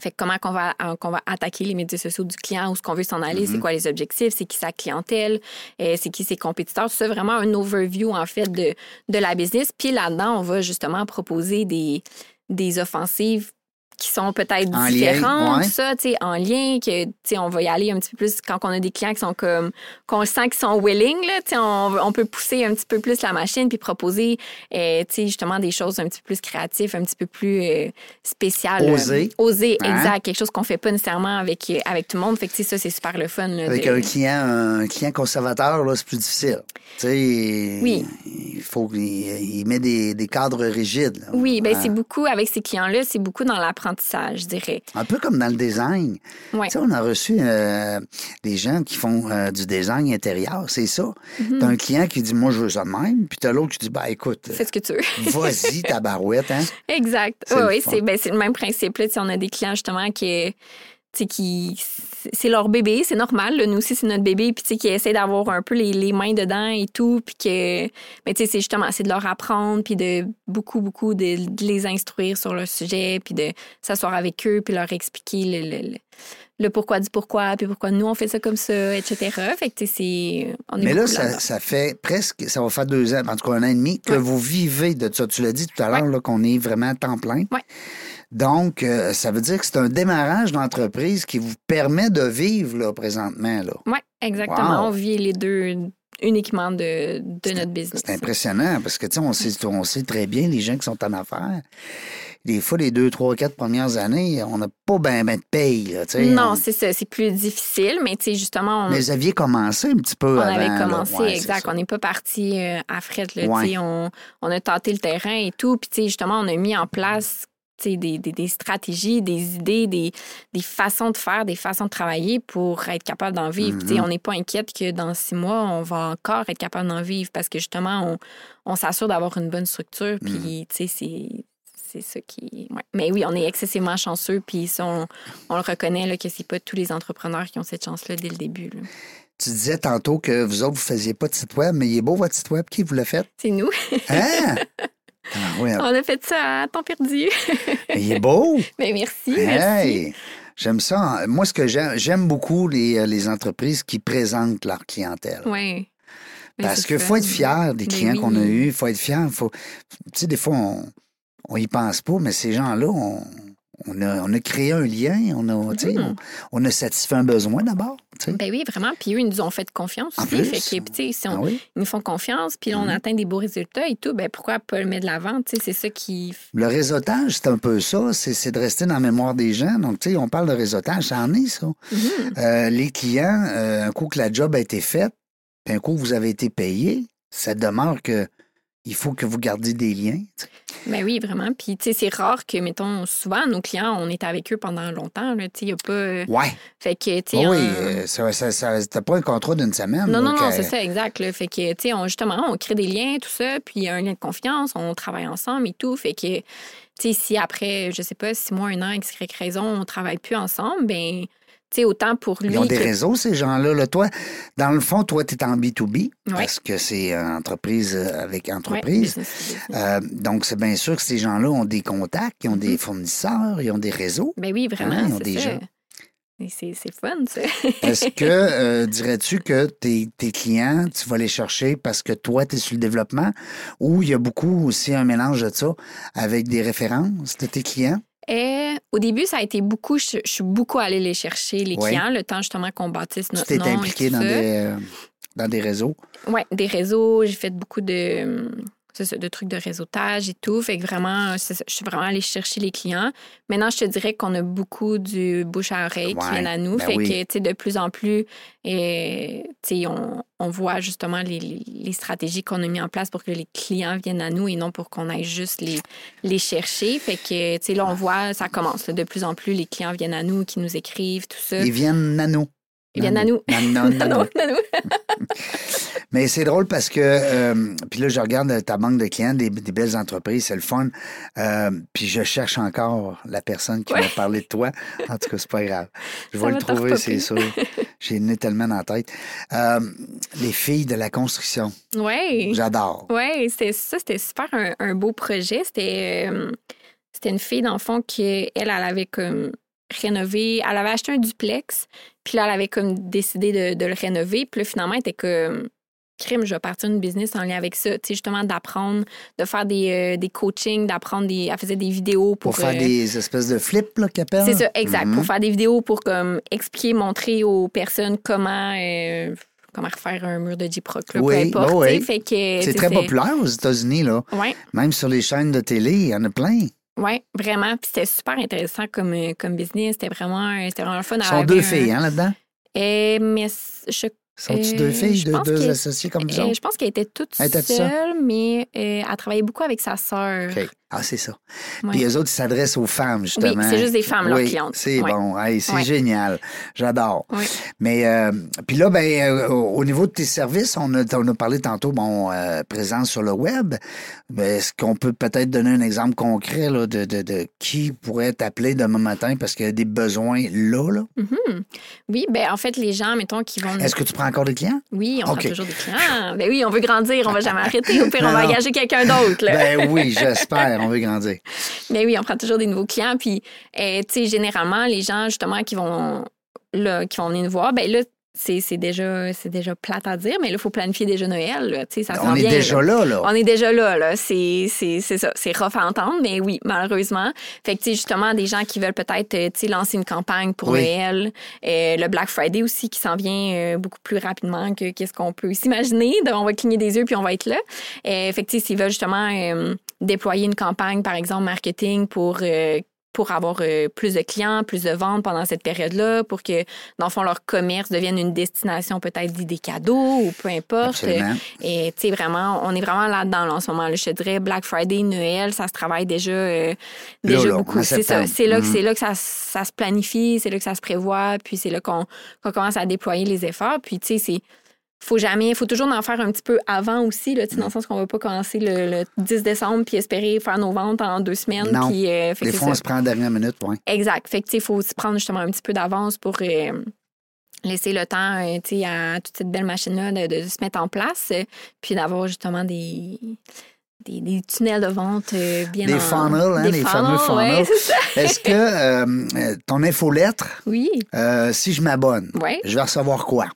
B: Fait que comment qu'on va, euh, qu'on va attaquer les médias sociaux du client, où est-ce qu'on veut s'en aller, c'est
A: Mhm.
B: quoi les objectifs, c'est qui sa clientèle, euh, c'est qui ses compétiteurs. C'est vraiment un overview, en fait, de, de la business. Puis là-dedans, on va justement proposer des, des offensives qui sont peut-être
A: En lien,
B: différentes,
A: ouais.
B: ça, tu sais, en lien, que, tu sais, on va y aller un petit peu plus quand on a des clients qui sont comme, qu'on sent qu'ils sont willing, là, tu sais, on, on peut pousser un petit peu plus la machine puis proposer, euh, tu sais, justement des choses un petit peu plus créatives, un petit peu plus euh, spéciales.
A: Osées.
B: Euh, Osées,
A: Hein?
B: exact. Quelque chose qu'on fait pas nécessairement avec, euh, avec tout le monde. Fait que, tu sais, ça, c'est super le fun. là,
A: Avec
B: de-
A: un client, un client conservateur, là, c'est plus difficile. Tu sais,
B: Oui.
A: il faut qu'il il met des, des cadres rigides. là.
B: Oui, ben
A: Hein.
B: c'est beaucoup, avec ces clients-là, c'est beaucoup dans l'apprentissage, je dirais.
A: Un peu comme dans le design.
B: Ouais.
A: Tu sais, on a reçu euh, des gens qui font euh, du design intérieur, c'est ça.
B: Mhm.
A: T'as un client qui dit, moi, je veux ça de même. Puis t'as l'autre qui dit, ben, écoute,
B: Fais ce que tu veux.
A: vas-y, ta barouette, hein.
B: Exact.
A: C'est
B: Ouais,
A: le
B: oui,
A: fun.
B: c'est ben, c'est le même principe. Là, Tu sais, on a des clients justement qui, tu sais, qui c'est- c'est leur bébé, c'est normal. là. Nous aussi, c'est notre bébé, puis tu sais, qui essaient d'avoir un peu les, les mains dedans et tout, puis que, mais tu sais, c'est justement, c'est de leur apprendre, puis de beaucoup, beaucoup de, de les instruire sur le sujet, puis de s'asseoir avec eux, puis leur expliquer le, le- le- le pourquoi du pourquoi, puis pourquoi nous on fait ça comme ça, etc. Fait que tu sais, c'est, on est
A: Mais là,
B: beaucoup
A: ça,
B: là-dedans.
A: ça fait presque, ça va faire deux ans, en tout cas un an et demi, que
B: Ouais.
A: vous vivez de ça. Tu l'as dit tout à l'heure, là, qu'on est vraiment à temps plein.
B: Ouais.
A: Donc, euh, ça veut dire que c'est un démarrage d'entreprise qui vous permet de vivre, là, présentement, là.
B: Oui, exactement.
A: Wow.
B: On vit les deux uniquement de, de notre business.
A: C'est impressionnant parce que, tu sais, on sait, on sait très bien les gens qui sont en affaires. Des fois, les deux, trois, quatre premières années, on n'a pas bien ben de paye, là, tu sais.
B: Non,
A: On-
B: c'est ça. C'est plus difficile, mais tu sais, justement, on,
A: Mais vous aviez commencé un petit peu
B: on
A: avant.
B: avait
A: là.
B: commencé,
A: Ouais, c'est
B: exact.
A: ça.
B: On n'est pas parti euh, à fret, là.
A: Ouais.
B: tu sais, On, on a tâté le terrain et tout. Puis, tu sais, justement, on a mis en place tu sais, des, des, des stratégies, des idées, des, des façons de faire, des façons de travailler pour être capable d'en vivre. Puis, tu sais,
A: Mhm.
B: on n'est pas inquiète que dans six mois, on va encore être capable d'en vivre parce que justement, on, on s'assure d'avoir une bonne structure.
A: Mm.
B: Puis, tu sais, c'est. C'est ça qui. ouais. Mais oui, on est excessivement chanceux, puis ça, on, on le reconnaît là, que c'est pas tous les entrepreneurs qui ont cette chance-là dès le début. là.
A: Tu disais tantôt que vous autres, vous faisiez pas de site web, mais il est beau votre site web. Qui vous l'a fait?
B: C'est nous.
A: Hein? Ah ouais,
B: On a fait ça à temps perdu.
A: il est beau.
B: Mais Ben,
A: Hein?
B: merci, merci.
A: Hey, j'aime ça. Moi, ce que j'aime, j'aime beaucoup les, euh, les entreprises qui présentent leur clientèle.
B: Ouais. Mais
A: Parce
B: c'est
A: que
B: ça.
A: faut être fier des
B: Mais
A: clients
B: oui.
A: qu'on a eus. faut être fier. Faut... Tu sais, des fois, on, on y pense pas, mais ces gens-là, on, on a, on a créé un lien. On a, tu sais,
B: Mhm.
A: on, on a satisfait un besoin d'abord. tu sais.
B: Ben oui, vraiment. Puis eux, ils nous ont fait confiance
A: En
B: aussi.
A: plus.
B: Fait que, puis, tu sais, si on-
A: Ah oui? Mm-hmm.
B: ils nous font confiance, puis là, on atteint des beaux résultats et tout, ben pourquoi pas le mettre de l'avant? Tu sais, c'est ça qui.
A: Le réseautage, c'est un peu ça, c'est c'est de rester dans la mémoire des gens. Donc, tu sais, on parle de réseautage, ça en est ça. Euh, les clients, euh, un coup que la job a été faite, puis un coup que vous avez été payé, ça demeure que il faut que vous gardiez des liens. tu sais.
B: Ben oui, vraiment. Puis, tu sais, c'est rare que, mettons, souvent, nos clients, on est avec eux pendant longtemps. là. Tu sais, il n'y a pas. euh,
A: Ouais.
B: Fait que, tu sais.
A: Oui, oui,
B: un-
A: euh, ça, ça, ça- t'as pas un contrat d'une semaine.
B: Non, non,
A: donc,
B: non,
A: euh,
B: c'est ça, exact. là. Fait que, tu sais, on- justement, on crée des liens, tout ça, puis il y a un lien de confiance, on travaille ensemble et tout. Fait que, tu sais, si après, je sais pas, six mois, un an, X, Y raison, on travaille plus ensemble, ben, tu sais, autant pour lui.
A: Ils ont des
B: que-
A: réseaux, ces gens-là. là. Toi, dans le fond, toi, tu es en B2B
B: Ouais.
A: parce que c'est euh, entreprise euh, avec
B: Ouais,
A: entreprise.
B: business to business.
A: Euh, donc, c'est bien sûr que ces gens-là ont des contacts, ils ont des
B: Mm-hmm.
A: fournisseurs, ils ont des réseaux.
B: Ben oui,
A: Ah,
B: vraiment,
A: ils ont des
B: c'est ça.
A: gens.
B: Et C'est c'est fun, ça.
A: Est-ce que euh, dirais-tu que tes, tes clients, tu vas les chercher parce que toi, tu es sur le développement ou il y a beaucoup aussi un mélange de ça avec des références de tes clients?
B: Et Eh, au début, ça a été beaucoup, je, je suis beaucoup allée les chercher, les
A: Ouais.
B: clients, le temps justement qu'on bâtisse
A: Tu
B: notre
A: t'es
B: nom et
A: impliqué
B: tout
A: dans
B: ça.
A: des, euh, dans des réseaux?
B: Oui, des réseaux. J'ai fait beaucoup de, hum, c'est ça, de trucs de réseautage et tout. Fait que vraiment, c'est ça, je suis vraiment allée chercher les clients. Maintenant, je te dirais qu'on a beaucoup du bouche à oreille
A: Ouais,
B: qui vient à nous.
A: ben
B: fait
A: oui.
B: que, tu sais, de plus en plus, et, tu sais, on, on voit justement les, les- les stratégies qu'on a mis en place pour que les clients viennent à nous et non pour qu'on aille juste les, les chercher. Fait que, tu sais, là, on voit, ça commence. là. de plus en plus, les clients viennent à nous, qui nous écrivent, tout ça.
A: Ils viennent nano.
B: Euh, Ils viennent à nous.
A: Nano, nano,
B: Non,
A: nano.
B: non, non, non.
A: Mais c'est drôle parce que, euh, puis là, je regarde ta banque de clients, des, des belles entreprises, c'est le fun. Euh, puis je cherche encore la personne qui m'a parlé de toi. En tout cas, c'est pas grave. Je
B: Ça
A: vais le
B: va te
A: trouver, c'est
B: repopper.
A: sûr. J'ai le nez tellement dans la tête. Euh, les filles de la construction,
B: Ouais.
A: j'adore.
B: Oui, c'était ça, c'était super un, un beau projet. C'était euh, c'était une fille, dans le fond, qui, elle, elle avait comme rénové, elle avait acheté un duplex, puis là, elle avait comme décidé de, de le rénover, puis là, finalement, elle était comme, crime, je vais partir une business en lien avec ça. Tu sais, justement, d'apprendre, de faire des, euh, des coachings, d'apprendre des. Elle faisait des vidéos pour.
A: Pour faire
B: euh,
A: des espèces de flips, là, qu'ils appellent.
B: C'est ça, exact.
A: Mhm.
B: Pour faire des vidéos pour comme expliquer, montrer aux personnes comment. euh, Comment refaire un mur de J-Proc, là,
A: Oui,
B: peu importe.
A: oui.
B: tu sais, Fait que,
A: C'est
B: tu sais,
A: très populaire aux États-Unis, là.
B: Ouais,
A: Même sur les chaînes de télé, il y en a plein.
B: ouais, vraiment. Puis c'était super intéressant comme, euh, comme business. C'était vraiment, euh, c'était vraiment le fun.
A: Ce
B: Elle
A: sont
B: avait
A: deux
B: un-
A: filles, hein, là-dedans.
B: Eh, mais c- je,
A: Sont-tu
B: Euh,
A: deux filles,
B: je
A: deux,
B: pense
A: deux
B: que-
A: associées comme ça?
B: eh, je pense qu'elle était toute
A: Elle était toute
B: seule, mais euh, elle travaillait beaucoup avec sa sœur.
A: OK. Ah, c'est ça.
B: Ouais.
A: Puis eux autres, ils s'adressent aux femmes,
B: Oui,
A: justement.
B: c'est juste des femmes, leurs
A: Oui,
B: clientes.
A: C'est
B: Ouais.
A: bon. Hey, c'est
B: Ouais.
A: génial. J'adore.
B: Ouais.
A: Mais euh, puis là, ben, euh, au niveau de tes services, on a, on a parlé tantôt, bon, euh, présence sur le web. Mais Est-ce qu'on peut peut-être donner un exemple concret là, de, de- de qui pourrait t'appeler demain matin parce qu'il y a des besoins là? là?
B: Mhm. Oui, ben en fait, les gens, mettons, qui vont.
A: Est-ce que tu prends encore des clients?
B: Oui, on
A: Ok.
B: prend toujours des clients. Ben oui, on veut grandir, on va jamais arrêter. Au pire, on va
A: Non.
B: engager quelqu'un d'autre. là.
A: Ben oui, j'espère. On veut grandir.
B: Mais Ben oui, on prend toujours des nouveaux clients. Puis, euh, tu sais, généralement, les gens, justement, qui vont, là, qui vont venir nous voir, ben là, c'est c'est déjà, c'est déjà plate à dire, mais là, il faut planifier déjà Noël. là. Tu sais, ça
A: Ben, on
B: s'en
A: est
B: vient, là.
A: déjà là, là.
B: On est déjà là, là. C'est, c'est, c'est ça. C'est rough à entendre, mais oui, malheureusement. Fait que, tu sais, justement, des gens qui veulent peut-être, euh, tu sais, lancer une campagne pour
A: Oui.
B: Noël. Euh, le Black Friday aussi qui s'en vient euh, beaucoup plus rapidement que qu'est-ce qu'on peut s'imaginer. Donc, on va cligner des yeux puis on va être là. Euh, fait que, tu sais, s'ils veulent justement euh, déployer une campagne, par exemple, marketing pour... euh, pour avoir euh, plus de clients, plus de ventes pendant cette période-là, pour que, dans le fond, leur commerce devienne une destination peut-être d'idées cadeaux ou peu importe. euh,
A: Absolument.
B: Et tu sais, vraiment, on est vraiment là-dedans là, en ce moment. là. Je te dirais Black Friday, Noël, ça se travaille déjà, euh,
A: Là,
B: déjà
A: là, en
B: beaucoup. C'est ça.
A: septembre.
B: C'est là, que-
A: Mhm.
B: c'est là que ça, ça se planifie, c'est là que ça se prévoit, puis c'est là qu'on qu'on commence à déployer les efforts. Puis tu sais, c'est. Faut jamais, faut toujours en faire un petit peu avant aussi, là, tu sais,
A: Mm.
B: dans le sens qu'on va pas commencer le, le 10 décembre puis espérer faire nos ventes en deux semaines.
A: Non.
B: Puis, euh, fait que
A: Des
B: c'est
A: fois,
B: ça.
A: on se prend en dernière minute, oui.
B: Exact. Fait que, tu sais, il faut se prendre justement un petit peu d'avance pour euh, laisser le temps, euh, tu sais, à toute cette belle machine-là de, de se mettre en place, euh, puis d'avoir justement des, des, des tunnels de vente euh, bien
A: Des
B: en-
A: funnels, hein,
B: des
A: les fameux
B: funnels, ouais,
A: funnels.
B: c'est ça.
A: Est-ce que euh, euh, ton infolettre,
B: Oui,
A: euh, si je m'abonne,
B: ouais.
A: je vais recevoir quoi?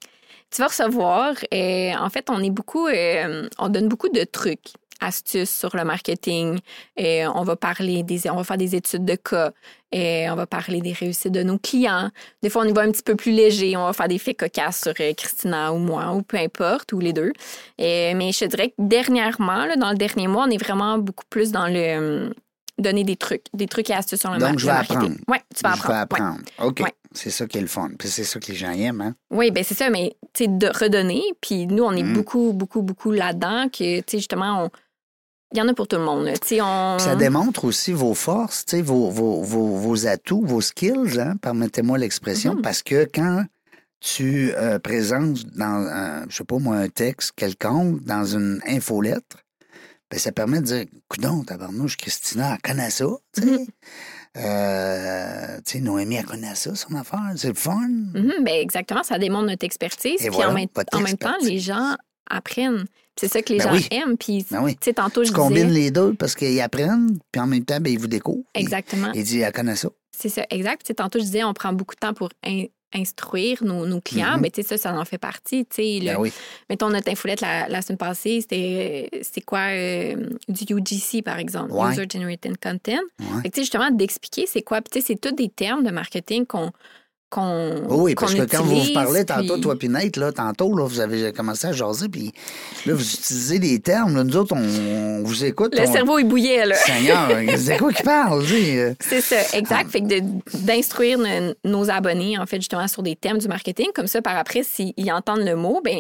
B: Tu vas recevoir, euh, en fait, on est beaucoup, euh, on donne beaucoup de trucs astuces sur le marketing. Euh, on va parler des, on va faire des études de cas. Euh, on va parler des réussites de nos clients. Des fois, on y va un petit peu plus léger. On va faire des faits cocasses sur euh, Christina ou moi, ou peu importe, ou les deux. Euh, mais je te dirais que dernièrement, là, dans le dernier mois, on est vraiment beaucoup plus dans le euh, donner des trucs, des trucs et astuces sur le,
A: Donc,
B: mar-
A: je
B: le
A: vais
B: marketing.
A: apprendre.
B: Oui, tu vas
A: je vais
B: apprendre. Ouais.
A: apprendre. OK.
B: Ouais.
A: C'est ça qui est le fun. Puis c'est ça que les gens aiment, hein?
B: Oui, ben c'est ça, mais tu sais, de redonner. Puis nous, on est
A: Mm.
B: beaucoup, beaucoup, beaucoup là-dedans que, tu sais, justement, on... il y en a pour tout le monde. là. Tu sais, on...
A: Puis ça démontre aussi vos forces, tu sais, vos, vos, vos, vos atouts, vos skills, hein, permettez-moi l'expression,
B: Mhm.
A: parce que quand tu euh, présentes dans, un, je sais pas moi, un texte quelconque, dans une infolettre, ben, ça permet de dire, coudon, tabarnouche, Christina, elle connaît ça, tu sais.
B: Mhm.
A: Euh, tu sais, Noémie, elle connaît ça, son affaire, c'est le fun.
B: Mhm, ben exactement, ça démontre notre expertise.
A: Et
B: puis
A: voilà,
B: en, même,
A: votre
B: en même temps,
A: expertise.
B: les gens apprennent. C'est ça que les
A: Ben
B: gens
A: oui.
B: aiment. Puis,
A: Ben oui.
B: tu sais, tantôt,
A: Tu
B: je
A: combines
B: disais...
A: les deux parce qu'ils apprennent, puis en même temps, ben, ils vous découvrent. Ils-
B: Exactement.
A: Ils disent, elle connaît ça.
B: C'est ça, exact. Tu sais, tantôt, je disais, on prend beaucoup de temps pour in- instruire nos, nos clients.
A: Mhm.
B: Ben, tu sais, ça, ça en fait partie. Tu sais, le-
A: Ben oui.
B: mettons notre infolette la, la semaine passée, c'était euh, c'était quoi euh, du UGC par exemple,
A: Ouais.
B: user generated content.
A: Ouais.
B: Fait que, tu sais, justement d'expliquer c'est quoi, Puis, tu sais c'est tous des termes de marketing qu'on qu'on
A: Oh oui, parce
B: qu'on
A: que quand vous vous
B: utilise,
A: parlez tantôt,
B: puis-
A: toi puis Nate, là, tantôt, là, vous avez commencé à jaser, puis là, vous utilisez des termes. Là, nous autres, on, on vous écoute.
B: le
A: on-
B: cerveau est bouillé là.
A: Seigneur, c'est quoi qui parle? tu sais, euh,
B: C'est ça, exact. Fait que de- d'instruire nos, nos abonnés, en fait, justement, sur des thèmes du marketing, comme ça, par après, s'ils entendent le mot, ben,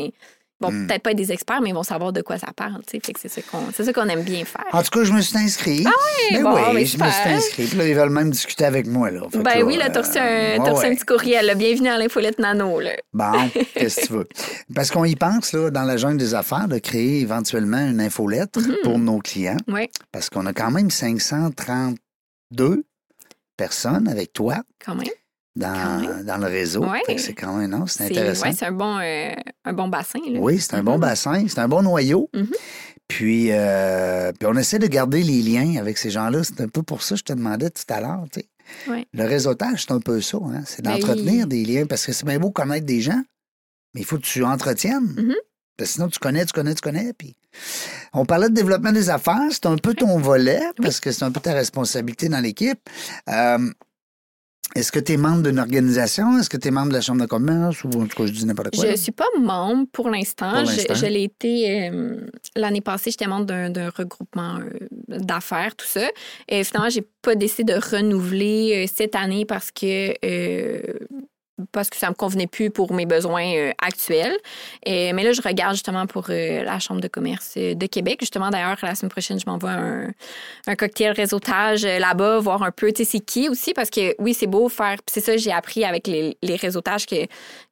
B: ils vont
A: Hmm.
B: peut-être pas être des experts, mais ils vont savoir de quoi ça parle, tu sais. Fait que c'est ça qu'on c'est ça qu'on aime bien faire.
A: En tout cas, je me suis inscrit. Ah oui,
B: bon,
A: oui,
B: ben,
A: je me suis
B: super.
A: inscrit. Puis là, ils veulent même discuter avec moi. Là. Fait que
B: Ben oui, là, t'as
A: euh,
B: reçu un, t'as
A: ouais,
B: reçu un
A: ouais.
B: petit courriel. là. Bienvenue à l'infolette nano. Là.
A: Bon, qu'est-ce que tu veux? Parce qu'on y pense, là, dans la jungle des affaires, de créer éventuellement une infolettre pour nos clients.
B: Mhm. Ouais.
A: Parce qu'on a quand même 532 personnes avec toi
B: Quand même. Quand
A: dans,
B: même.
A: dans le réseau.
B: Ah Ouais.
A: Fait que c'est quand même, non, c'est intéressant.
B: ouais, c'est un bon, euh, un bon bassin. Là.
A: Oui, c'est un bon
B: Mhm.
A: bassin, c'est un bon noyau.
B: Mhm.
A: puis, euh, puis on essaie de garder les liens avec ces gens-là. C'est un peu pour ça que je te demandais tout à l'heure. tu sais.
B: Ouais.
A: Le réseautage, c'est un peu ça. hein. C'est
B: Ben
A: d'entretenir
B: oui.
A: des liens parce que c'est bien beau connaître des gens, mais il faut que tu entretiennes.
B: Mhm.
A: Parce que sinon, tu connais, tu connais, tu connais. Puis on parlait de développement des affaires. C'est un peu ton volet, parce que c'est un peu ta responsabilité dans l'équipe. Euh, Est-ce que tu es membre d'une organisation? Est-ce que tu es membre de la Chambre de commerce? Ou en tout cas, je dis n'importe quoi.
B: Je ne suis pas membre pour l'instant.
A: Pour
B: Je,
A: l'instant.
B: je l'ai été euh, l'année passée, j'étais membre d'un d'un regroupement euh, d'affaires, tout ça. Et finalement, j'ai pas décidé de renouveler euh, cette année parce que euh, parce que ça me convenait plus pour mes besoins euh, actuels. Et, mais là, je regarde justement pour euh, la Chambre de commerce euh, de Québec. Justement, d'ailleurs, la semaine prochaine, je m'envoie un, un cocktail réseautage euh, là-bas, voir un peu, tu sais, c'est qui aussi, parce que oui, c'est beau faire. puis C'est ça, j'ai appris avec les, les réseautages que,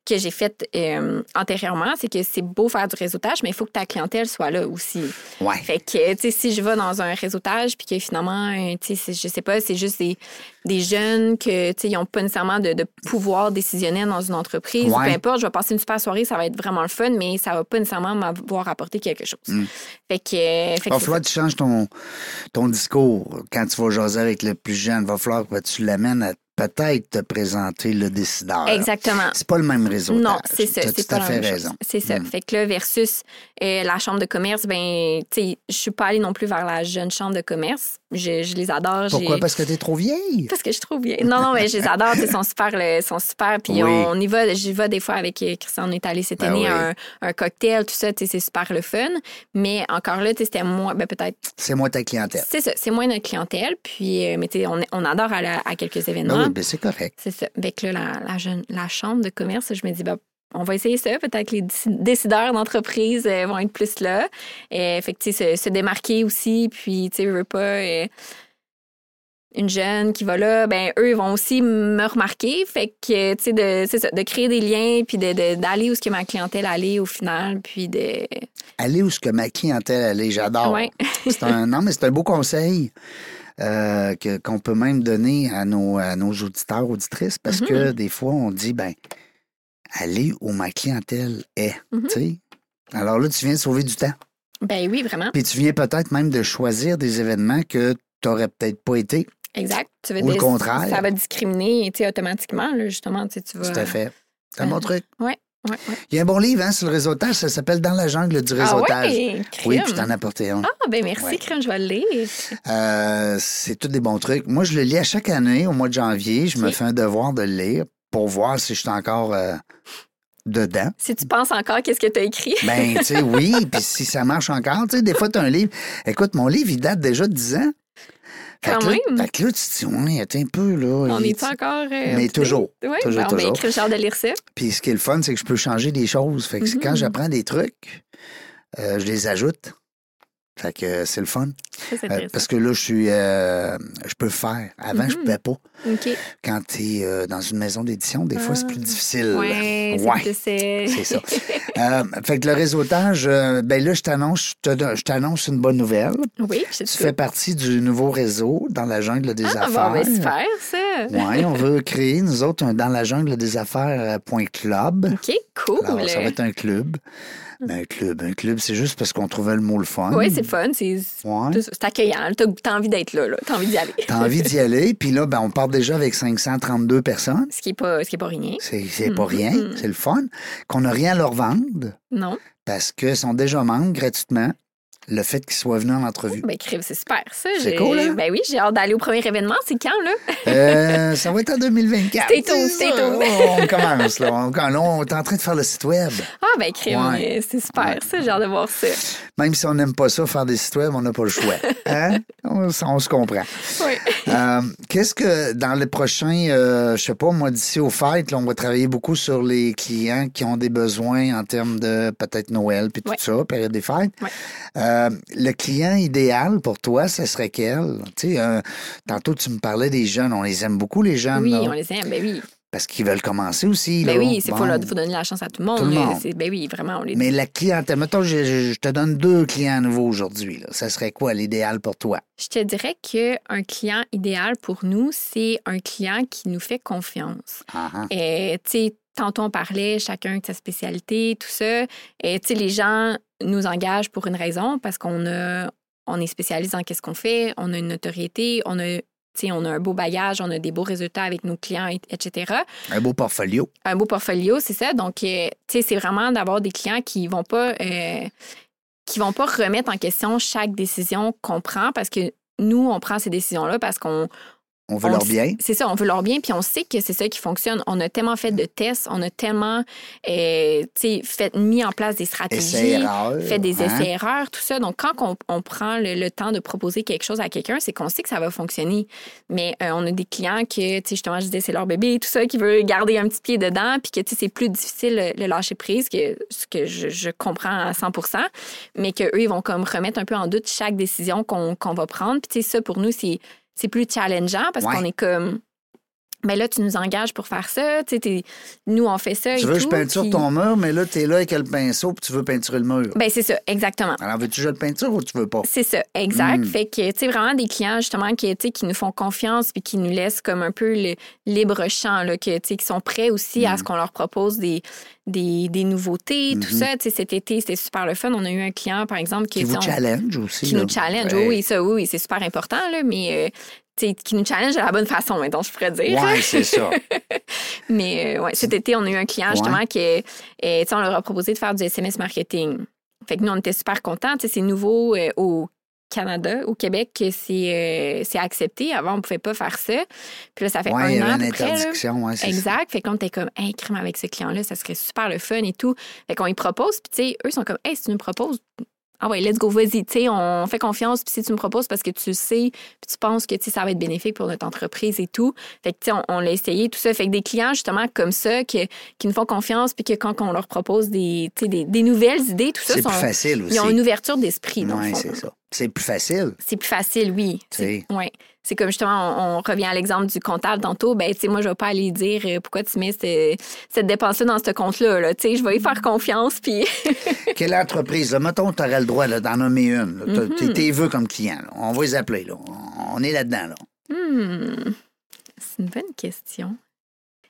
B: que j'ai fait euh, antérieurement, c'est que c'est beau faire du réseautage, mais il faut que ta clientèle soit là aussi.
A: Ouais.
B: Fait que, tu sais, si je vais dans un réseautage, puis que finalement, euh, tu sais, c'est- je sais pas, c'est juste des, des jeunes que, tu sais, ils n'ont pas nécessairement de, de pouvoir décisionnel dans une entreprise, ou
A: Ouais.
B: peu importe, je vais passer une super soirée, ça va être vraiment le fun, mais ça va pas nécessairement m'avoir apporté quelque chose. Fait que. euh, fait
A: Il va
B: que
A: falloir que tu changes ton, ton discours quand tu vas jaser avec le plus jeune. va falloir que tu l'amènes à peut-être te présenter le décideur.
B: Exactement.
A: C'est pas le même réseau.
B: Non, c'est ça.
A: Tu as
B: C'est
A: tout
B: pas
A: à
B: la
A: fait
B: même chose.
A: raison.
B: C'est ça.
A: Mm.
B: Fait que là, versus euh, la chambre de commerce, ben, tu sais, je suis pas allée non plus vers la jeune chambre de commerce. Je, je les adore. j'ai-
A: Pourquoi? Parce que tu es trop vieille.
B: Parce que je trouve bien. Non, non, mais je les adore. tu sais, Ils sont super. là, Ils sont super. Puis
A: Oui.
B: on y va. J'y vais des fois avec euh, Christian. On est allé cette
A: Ben
B: année à
A: oui.
B: un, un cocktail, tout ça. tu sais, C'est super le fun. Mais encore là, tu sais, c'était moins. Ben, peut-être.
A: C'est moi ta clientèle. Ah
B: C'est ça. C'est moins notre clientèle. Puis, euh, mais tu sais, on, on adore aller à, à quelques événements.
A: Ben oui, ben c'est correct.
B: C'est ça. Fait que là, la, la, jeune- la chambre de commerce, je me dis, bah, on va essayer ça. Peut-être que les déci- décideurs d'entreprise euh, vont être plus là. Et, fait que, tu sais, se, se démarquer aussi. Puis, tu sais, je veux pas. euh, une jeune qui va là, ben eux ils vont aussi me remarquer. Fait que, euh, tu sais, de, c'est ça, de créer des liens, puis de- de- d'aller où ce que ma clientèle allait au final, puis de...
A: Aller où ce que ma clientèle allait, j'adore.
B: Ouais.
A: C'est un, non, mais c'est un beau conseil euh, que- qu'on peut même donner à nos, à nos auditeurs, auditrices, parce que
B: Mm-hmm.
A: des fois, on dit, ben, aller où ma clientèle est.
B: Mhm.
A: tu sais. Alors là, tu viens de sauver du temps.
B: Ben oui, vraiment.
A: Puis tu viens peut-être même de choisir des événements que tu n'aurais peut-être pas été.
B: Exact. Tu veux
A: Ou le
B: dire,
A: contraire.
B: Ça va discriminer, tu sais, automatiquement, là, justement. Tu sais, tu vas...
A: Tout à fait. C'est un bon
B: Euh,
A: truc.
B: Ouais, ouais.
A: Il y a un bon livre hein, sur le réseautage, ça s'appelle Dans la jungle du réseautage.
B: Ah ouais,
A: oui,
B: crime.
A: puis t'en as apporté un.
B: Ah, ben merci,
A: Ouais.
B: Crème, je vais le lire.
A: Euh, c'est tous des bons trucs. Moi, je le lis à chaque année, au mois de janvier. Je me
B: Ok.
A: fais un devoir de le lire pour voir si je suis encore euh, dedans.
B: Si tu penses encore qu'est-ce que tu as écrit.
A: Ben, tu sais, oui, puis si ça marche encore, tu sais, des fois, tu as un livre. Écoute, mon livre, il date déjà de 10 ans.
B: Quand
A: que là,
B: même.
A: fait que là, tu te dis, ouais, attends un peu, là.
B: On
A: il-
B: est encore.
A: Mais toujours.
B: Oui,
A: toujours,
B: ben,
A: toujours.
B: Crème, j'ai hâte de lire ça.
A: Puis ce qui est le fun, c'est que je peux changer des choses. Fait que c'est
B: Mhm.
A: quand j'apprends des trucs, euh, je les ajoute. Fait que euh, c'est le fun.
B: Ça, c'est
A: Euh,
B: intéressant.
A: parce que là, je suis. euh, je peux le faire. Avant, je
B: Mhm.
A: pouvais pas.
B: OK.
A: Quand tu es dans une maison d'édition, des fois, c'est plus difficile.
B: Ah. Ouais,
A: euh, Ouais,
B: c'est- c'est.
A: c'est ça. Euh, fait que le réseautage, euh, ben là, je t'annonce, je te- je t'annonce une bonne nouvelle.
B: Oui, je
A: Tu fais partie du nouveau réseau dans la jungle des
B: Ah,
A: affaires.
B: bon, ben super, ça.
A: Ouais, on veut créer, nous autres, un dans la jungle des affaires euh, point club.
B: OK, cool.
A: Alors, ça va être un club. Ben, un club, un club, c'est juste parce qu'on trouvait le mot le fun.
B: Hum. Oui, c'est le fun. C'est
A: Ouais.
B: c'est accueillant. T'as t'as envie d'être là, là. T'as envie d'y aller.
A: T'as envie d'y aller, puis là, ben, on part déjà avec 532 personnes.
B: Ce qui n'est pas, ce qui est pas rien.
A: C'est c'est pas
B: Mhm.
A: rien, c'est le fun. Qu'on n'a rien à leur vendre
B: Non.
A: parce qu'ils sont déjà membres gratuitement. Le fait qu'ils soient venus en entrevue.
B: Ben, crime, c'est super, ça.
A: Mm. C'est
B: J'ai-
A: cool, hein?
B: Ben oui, j'ai hâte d'aller au premier événement. C'est quand, là?
A: Euh, ça va être en 2024.
B: Stay tuned,
A: C'est
B: stay
A: ça. Oh,
B: tuned.
A: On commence, là. On, là, on est en train de faire le site web.
B: Ah, ben, crime,
A: Ouais.
B: euh, c'est super, ça. J'ai hâte de voir ça.
A: Même si on n'aime pas ça, faire des sites web, on n'a pas le choix. Hein? on, s- on se comprend.
B: Oui.
A: Euh, Qu'est-ce que dans les prochains, euh, je sais pas, moi, d'ici aux fêtes, là, on va travailler beaucoup sur les clients qui ont des besoins en termes de peut-être Noël, puis
B: Ouais.
A: tout ça, période des fêtes.
B: Ouais.
A: Euh, le client idéal pour toi, ce serait quel? Tu sais, euh, tantôt, tu me parlais des jeunes. On les aime beaucoup, les jeunes,
B: Oui,
A: là,
B: on les aime, ben oui.
A: parce qu'ils veulent commencer aussi. là.
B: Ben oui, il
A: Bon.
B: faut, leur- faut donner la chance à tout le monde.
A: Tout le
B: là.
A: monde.
B: C'est- Ben oui, vraiment, on les
A: Mais la clientèle, mettons, je, je- je te donne deux clients nouveaux aujourd'hui. là. Ça serait quoi l'idéal pour toi?
B: Je te dirais qu'un client idéal pour nous, c'est un client qui nous fait confiance.
A: Ah, ah.
B: Et, tu sais, tantôt on parlait, chacun de sa spécialité, tout ça. Et, tu sais, les gens nous engagent pour une raison, parce qu'on a, on est spécialiste dans qu'est-ce qu'on fait, on a une notoriété, on a T'sais, on a un beau bagage, on a des beaux résultats avec nos clients, et- etc.
A: Un beau portfolio.
B: Un beau portfolio, c'est ça. Donc, euh, tu sais, c'est vraiment d'avoir des clients qui vont pas euh, qui vont pas remettre en question chaque décision qu'on prend parce que nous, on prend ces décisions-là parce qu'on
A: On veut
B: On
A: leur
B: s-
A: bien.
B: c'est ça, on veut leur bien, puis on sait que c'est ça qui fonctionne. On a tellement fait de tests, on a tellement euh, tu sais, fait, mis en place des
A: Essai,
B: stratégies,
A: erreur.
B: fait des
A: hein?
B: essais-erreurs, tout ça. Donc, quand on, on prend le, le temps de proposer quelque chose à quelqu'un, c'est qu'on sait que ça va fonctionner. Mais euh, on a des clients que, tu sais, justement, je disais, c'est leur bébé, tout ça, qui veut garder un petit pied dedans, puis que, tu sais, c'est plus difficile euh, le lâcher prise, que, ce que je, je comprends à 100 mais qu'eux, ils vont comme remettre un peu en doute chaque décision qu'on qu'on va prendre. Puis, tu sais, ça, pour nous, c'est c'est plus challengeant parce
A: Ouais.
B: qu'on est comme. Mais là, tu nous engages pour faire ça. Tu sais, t'es- nous, on fait ça. et
A: Tu veux que je
B: tout,
A: peinture
B: puis-
A: ton mur, mais là, t'es là avec le pinceau, puis tu veux peinturer le mur.
B: Ben, c'est ça, exactement.
A: Alors, veux-tu que je le peinture ou tu veux pas?
B: C'est ça, exact.
A: Mm.
B: Fait que, tu sais, vraiment des clients, justement, qui, tu sais, qui nous font confiance puis qui nous laissent comme un peu le libre champ, là, que, tu sais, qui sont prêts aussi à
A: Hmm.
B: ce qu'on leur propose des, des, des nouveautés, tout
A: Mhm.
B: ça. Tu sais, cet été, c'était super le fun. On a eu un client, par exemple, qui,
A: Qui vous
B: tu sais, on-
A: challenge aussi.
B: qui
A: là. Ben,
B: nous challenge.
A: Ouais.
B: Oui, ça, oui, oui, c'est super important, là, mais, euh, tu sais, qui nous challenge de la bonne façon, maintenant, je pourrais dire.
A: Ouais, c'est ça.
B: Mais euh, ouais, cet été, on a eu un client
A: Ouais.
B: justement qui, euh, euh, tu sais, on leur a proposé de faire du SMS marketing. Fait que nous, on était super contents. Tu sais, c'est nouveau euh, au Canada, au Québec, que c'est euh, c'est accepté. Avant, on pouvait pas faire ça. Puis là, ça fait
A: Ouais, il y
B: un
A: avait
B: an à
A: une
B: peu près, là.
A: interdiction. ouais, c'est ça.
B: Exact. Fait que là, on était comme, hey, crime avec ce client-là, ça serait super le fun et tout. Fait qu'on y propose, puis tu sais, eux sont comme, hey, si tu nous proposes, ah ouais, let's go, vas-y, tu sais, on fait confiance, puis si tu me proposes parce que tu sais, puis tu penses que tu sais, ça va être bénéfique pour notre entreprise et tout. Fait que tu sais, on, on l'a essayé, tout ça. Fait que des clients, justement, comme ça, que- qui nous font confiance, puis que quand on leur propose des, tu sais, des, des nouvelles idées, tout ça,
A: C'est
B: sont-
A: plus facile aussi.
B: ils ont une ouverture d'esprit, dans le
A: Oui,
B: fond.
A: c'est ça. C'est plus facile.
B: C'est plus facile, oui.
A: tu sais.
B: Oui. C'est comme justement, on, on revient à l'exemple du comptable tantôt. Ben, tu sais, moi, je vais pas aller dire euh, pourquoi tu mets ce- cette dépense-là dans ce compte-là. là. Tu sais, je vais y
A: Hmm.
B: faire confiance. Puis,
A: Quelle entreprise? Là, mettons, tu aurais le droit là, d'en nommer une. là. T'as-
B: Mm-hmm.
A: T'es tes vœux comme client. là. On va les appeler. Là. On- On est là-dedans. Là.
B: Hmm. c'est une bonne question.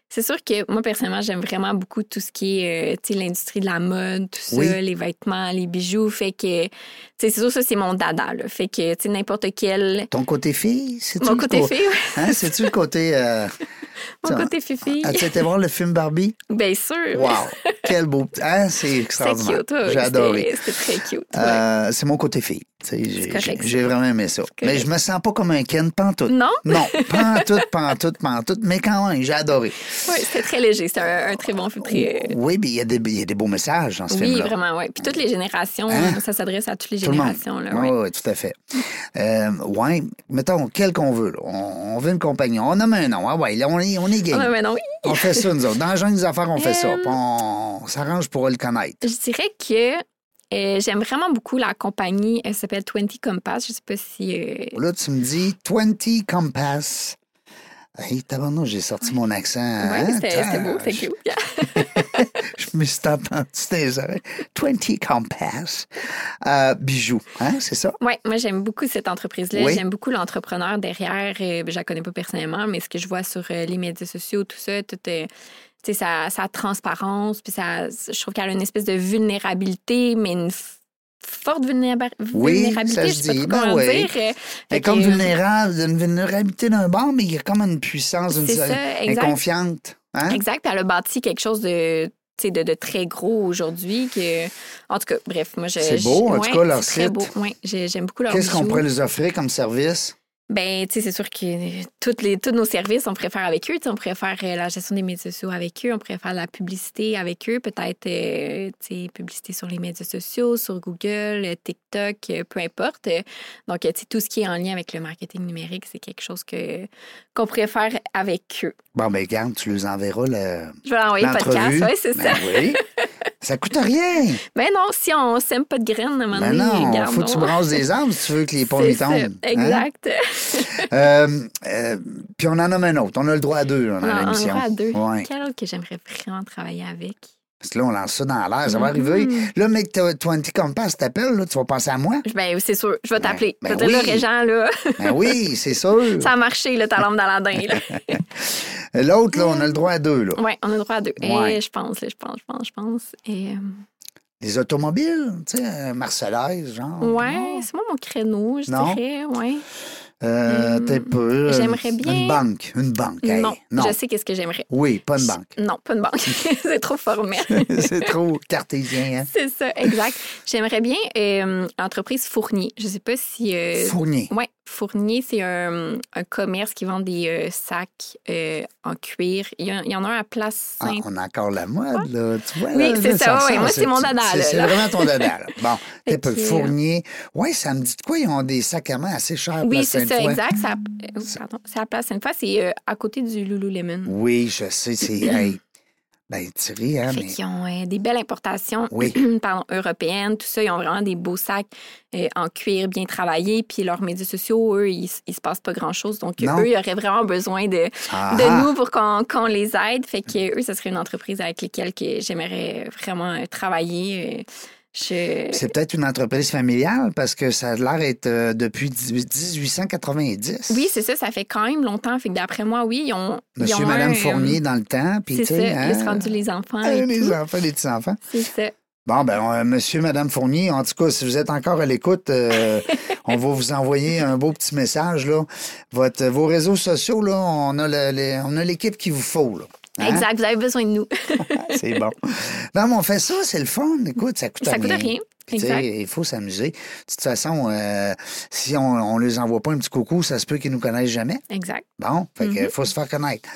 B: C'est sûr que moi, personnellement, j'aime vraiment beaucoup tout ce qui est, euh, tu sais, l'industrie de la mode, tout ça,
A: Oui.
B: les vêtements, les bijoux. Fait que, tu sais, c'est sûr, ça, c'est mon dada. là. Fait que, tu sais, n'importe quel.
A: Ton côté fille, c'est-tu
B: Mon
A: le
B: côté
A: co-
B: fille, ouais,
A: Hein, C'est-tu le côté. euh,
B: mon
A: Tiens,
B: côté fifi.
A: As-tu été voir le film Barbie?
B: Bien sûr.
A: Wow! Quel beau. Hein, c'est
B: C'était
A: extraordinaire.
B: cute. ouais,
A: J'ai adoré.
B: c'était- C'était très cute. ouais.
A: Euh, c'est mon côté fille. Tu sais,
B: C'est
A: J'ai
B: correct,
A: j'ai-
B: ça.
A: j'ai vraiment aimé ça.
B: C'est
A: Mais
B: correct.
A: je me sens pas comme un Ken pantoute.
B: Non?
A: Non, pantoute, pantoute, pantoute, mais quand même, j'ai adoré.
B: Oui, c'était très léger. C'était un, un très bon film. très- euh,
A: Oui, mais il y, a des- il y a des beaux messages dans ce
B: Oui,
A: film-là.
B: vraiment, oui. Puis toutes les générations,
A: Hein?
B: ça s'adresse à toutes les
A: Tout le monde.
B: générations. Là,
A: oui,
B: ouais.
A: oui, tout à fait. Euh, oui, mettons, quel qu'on veut. là. On, on veut une compagnie. On nomme un nom. Ah ouais, là, on est, on est
B: Ah,
A: game.
B: non, mais non, oui.
A: On fait ça, nous autres. Dans la jungle des affaires, on fait ça.
B: Euh,
A: Puis on, on s'arrange pour le connaître.
B: Je dirais que euh, j'aime vraiment beaucoup la compagnie. Elle s'appelle 20 Compass. Je sais pas si. euh,
A: Là, tu me dis 20 Compass. Hey, tabarnak, j'ai sorti mon accent. hein?
B: ouais, c'était c'était
A: Tain,
B: beau, c'était cute.
A: Je me suis entendu des oreilles. 20 Compass. Euh, bijoux, hein, c'est ça?
B: Oui, moi, j'aime beaucoup cette entreprise-là.
A: Oui.
B: J'aime beaucoup l'entrepreneur derrière. Euh, ben, je la connais pas personnellement, mais ce que je vois sur euh, les médias sociaux, tout ça, tout euh, tu sais, sa, sa transparence, puis sa, je trouve qu'elle a une espèce de vulnérabilité, mais une f- forte vulnéra-
A: Oui,
B: vulnérabilité,
A: ça
B: je
A: se
B: sais pas
A: dit.
B: trop comment
A: Ben oui.
B: dire. Euh,
A: Elle
B: fait
A: est comme
B: que-
A: vulnérable, une vulnérabilité d'un bord, mais il y a comme une puissance, une
B: C'est ça,
A: elle est
B: exact.
A: confiante. Hein?
B: Exact. Puis elle a bâti quelque chose de, tu sais, de, de très gros aujourd'hui. Que... En tout cas, bref, moi, je.
A: C'est beau,
B: je-
A: en tout cas, leur
B: c'est très
A: site.
B: beau. Ouais, j'ai- j'aime beaucoup leur
A: Qu'est-ce qu'on
B: bijoux.
A: pourrait les offrir comme service?
B: Ben, tu sais, c'est sûr que euh, toutes les, tous nos services, on pourrait faire avec eux. Tu sais, On pourrait faire euh, la gestion des médias sociaux avec eux. On pourrait faire de la publicité avec eux. Peut-être, euh, tu sais, publicité sur les médias sociaux, sur Google, euh, TikTok, euh, peu importe. Euh, Donc, euh, tu sais, tout ce qui est en lien avec le marketing numérique, c'est quelque chose que qu'on pourrait faire avec eux.
A: Bon, ben garde, tu les enverras le...
B: Je vais l'envoyer le podcast.
A: l'entrevue.
B: Oui, c'est ça.
A: Ben oui. Ça coûte rien.
B: Mais non, si on sème pas de graines, à un moment
A: Ben
B: donné,
A: non,
B: regarde,
A: faut que tu
B: on-
A: brasses des arbres si tu veux que les pommes y
B: C'est ça,
A: tombent. hein?
B: Exact.
A: Euh, euh, puis on en nomme un autre. On a le droit à deux là, dans
B: on on
A: l'émission.
B: va à deux.
A: Ouais.
B: Quel autre que j'aimerais vraiment travailler avec?
A: Parce que là, on lance ça dans l'air. Ça va
B: Mhm.
A: arriver. Là, mec, t'as 20 Compass t'appelles, là, tu vas penser à moi.
B: Ben, c'est sûr, je vais
A: Ben,
B: t'appeler.
A: ben
B: je vais te dire,
A: oui.
B: là, Régent, là,
A: Ben oui, c'est sûr.
B: ça a marché, là, ta lampe dans la dinde. là.
A: L'autre, là, on a le droit à deux. Là.
B: Ouais, on a le droit à deux.
A: Ouais.
B: Et je pense, là, je pense, je pense, je pense. Et, euh,
A: Les automobiles, tu sais, euh, Marseillaise, genre.
B: ouais, c'est moi mon créneau, je
A: Non.
B: dirais, ouais.
A: Euh,
B: Hmm.
A: t'es peu.
B: J'aimerais bien-
A: Une banque. Une banque. hey.
B: non, je sais qu'est-ce que j'aimerais.
A: Oui, pas une banque.
B: Non, pas une banque. c'est trop formel.
A: c'est trop cartésien. Hein?
B: c'est ça, exact. J'aimerais bien euh, entreprise Fournier. Je sais pas si. euh,
A: Fournier.
B: Oui, Fournier, c'est un, un commerce qui vend des euh, sacs euh, en cuir. Il y, en- il y en a un à Place
A: Ah,
B: Sainte.
A: on a encore la mode, là. Tu vois,
B: Oui,
A: là,
B: c'est
A: là,
B: ça, ouais,
A: ressort,
B: moi, c'est mon dada,
A: c'est-
B: là,
A: C'est
B: là. euh,
A: vraiment ton dada. là. Bon, t'es peu
B: Ok.
A: fournier. Oui, ça me dit de quoi? Ils ont des sacs à main assez chers.
B: Oui,
A: place
B: c'est ça,
A: Sainte-Foy.
B: exact. C'est à, euh, pardon, c'est à Place Sainte-Foy. C'est euh, à côté du Lululemon.
A: Oui, je sais, c'est. hey. Ben, Thierry, hein,
B: fait
A: mais.
B: qu'ils ont euh, des belles importations
A: Oui.
B: pardon, européennes, tout ça. Ils ont vraiment des beaux sacs euh, en cuir bien travaillés. Puis leurs médias sociaux, eux, ils, s- ils se passent pas grand-chose. Donc,
A: Non.
B: eux, ils auraient vraiment besoin de,
A: Ah,
B: de
A: ah. Mm.
B: nous pour qu'on qu'on les aide. Fait que eux, ce serait une entreprise avec laquelle que j'aimerais vraiment euh, travailler. Euh, Je...
A: C'est peut-être une entreprise familiale parce que ça a l'air d'être euh, depuis 1890.
B: Oui, c'est ça, ça fait quand même longtemps. Fait que d'après moi, oui, ils ont. ils
A: Monsieur
B: ont
A: et Madame
B: un, euh,
A: Fournier dans le temps. Puis,
B: C'est
A: tu
B: ça,
A: sais,
B: ils se
A: hein,
B: rendent les enfants.
A: euh,
B: et
A: les
B: tout.
A: enfants, les petits-enfants.
B: C'est ça.
A: Bon, ben, euh, monsieur, madame Fournier, en tout cas, si vous êtes encore à l'écoute, euh, on va vous envoyer un beau petit message, là. Votre, vos réseaux sociaux, là, on a le- les- on a l'équipe qu'il vous faut, là. Hein?
B: Exact, vous avez besoin de nous.
A: C'est bon. Non, mais on fait ça, c'est le fun. Écoute, ça coûte
B: ça
A: rien.
B: coûte rien.
A: Puis, tu sais,
B: Exact.
A: il faut s'amuser. De toute façon, euh, si on, on les envoie pas un petit coucou, ça se peut qu'ils nous connaissent jamais.
B: Exact.
A: Bon, fait
B: Mm-hmm.
A: que, faut se faire connaître.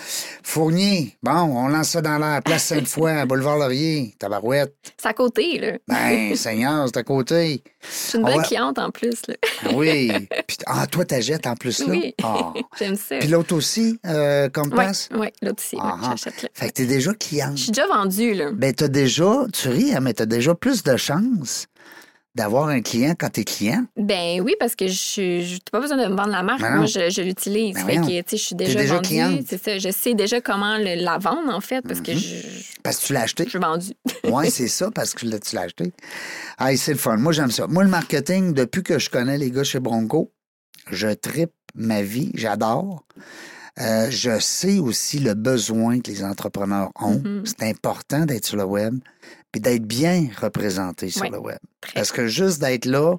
A: Fournier, bon, on lance ça dans l'air. Place Sainte-Foy, boulevard Laurier, Tabarouette.
B: C'est à côté, là.
A: Ben, Seigneur, c'est à côté.
B: C'est une
A: Ah
B: bonne
A: ouais.
B: cliente en plus, là.
A: Ah Oui. Puis, ah, toi, t'achètes en plus, là.
B: Oui.
A: Ah.
B: J'aime ça.
A: Puis l'autre aussi, euh, comme
B: Ouais,
A: passe.
B: ouais, l'autre aussi, ouais,
A: Ah, ah.
B: j'achète là.
A: Fait que t'es déjà
B: Je
A: cliente.
B: suis déjà vendue, là.
A: Ben, t'as déjà, tu ris, hein, mais t'as déjà plus de chances d'avoir un client quand t'es client.
B: Ben oui, parce que je n'ai pas besoin de me vendre la marque.
A: Ben non.
B: Moi, je, je l'utilise.
A: Ben
B: fait que,
A: voyons.
B: tu sais, je suis
A: T'es
B: déjà,
A: déjà
B: vendue.
A: cliente.
B: C'est ça. Je sais déjà comment le- la vendre, en fait, parce que
A: Mhm.
B: je, je-
A: Parce que tu l'as acheté.
B: je suis vendue.
A: Oui, c'est ça, parce que là, tu l'as acheté. Ah, c'est le fun. Moi, j'aime ça. Moi, le marketing, depuis que je connais les gars chez Bronco, je tripe ma vie, j'adore. Euh, je sais aussi le besoin que les entrepreneurs ont.
B: Mhm.
A: C'est important d'être sur le web, puis d'être bien représenté sur
B: Ouais.
A: le web.
B: Très.
A: Parce que juste d'être là,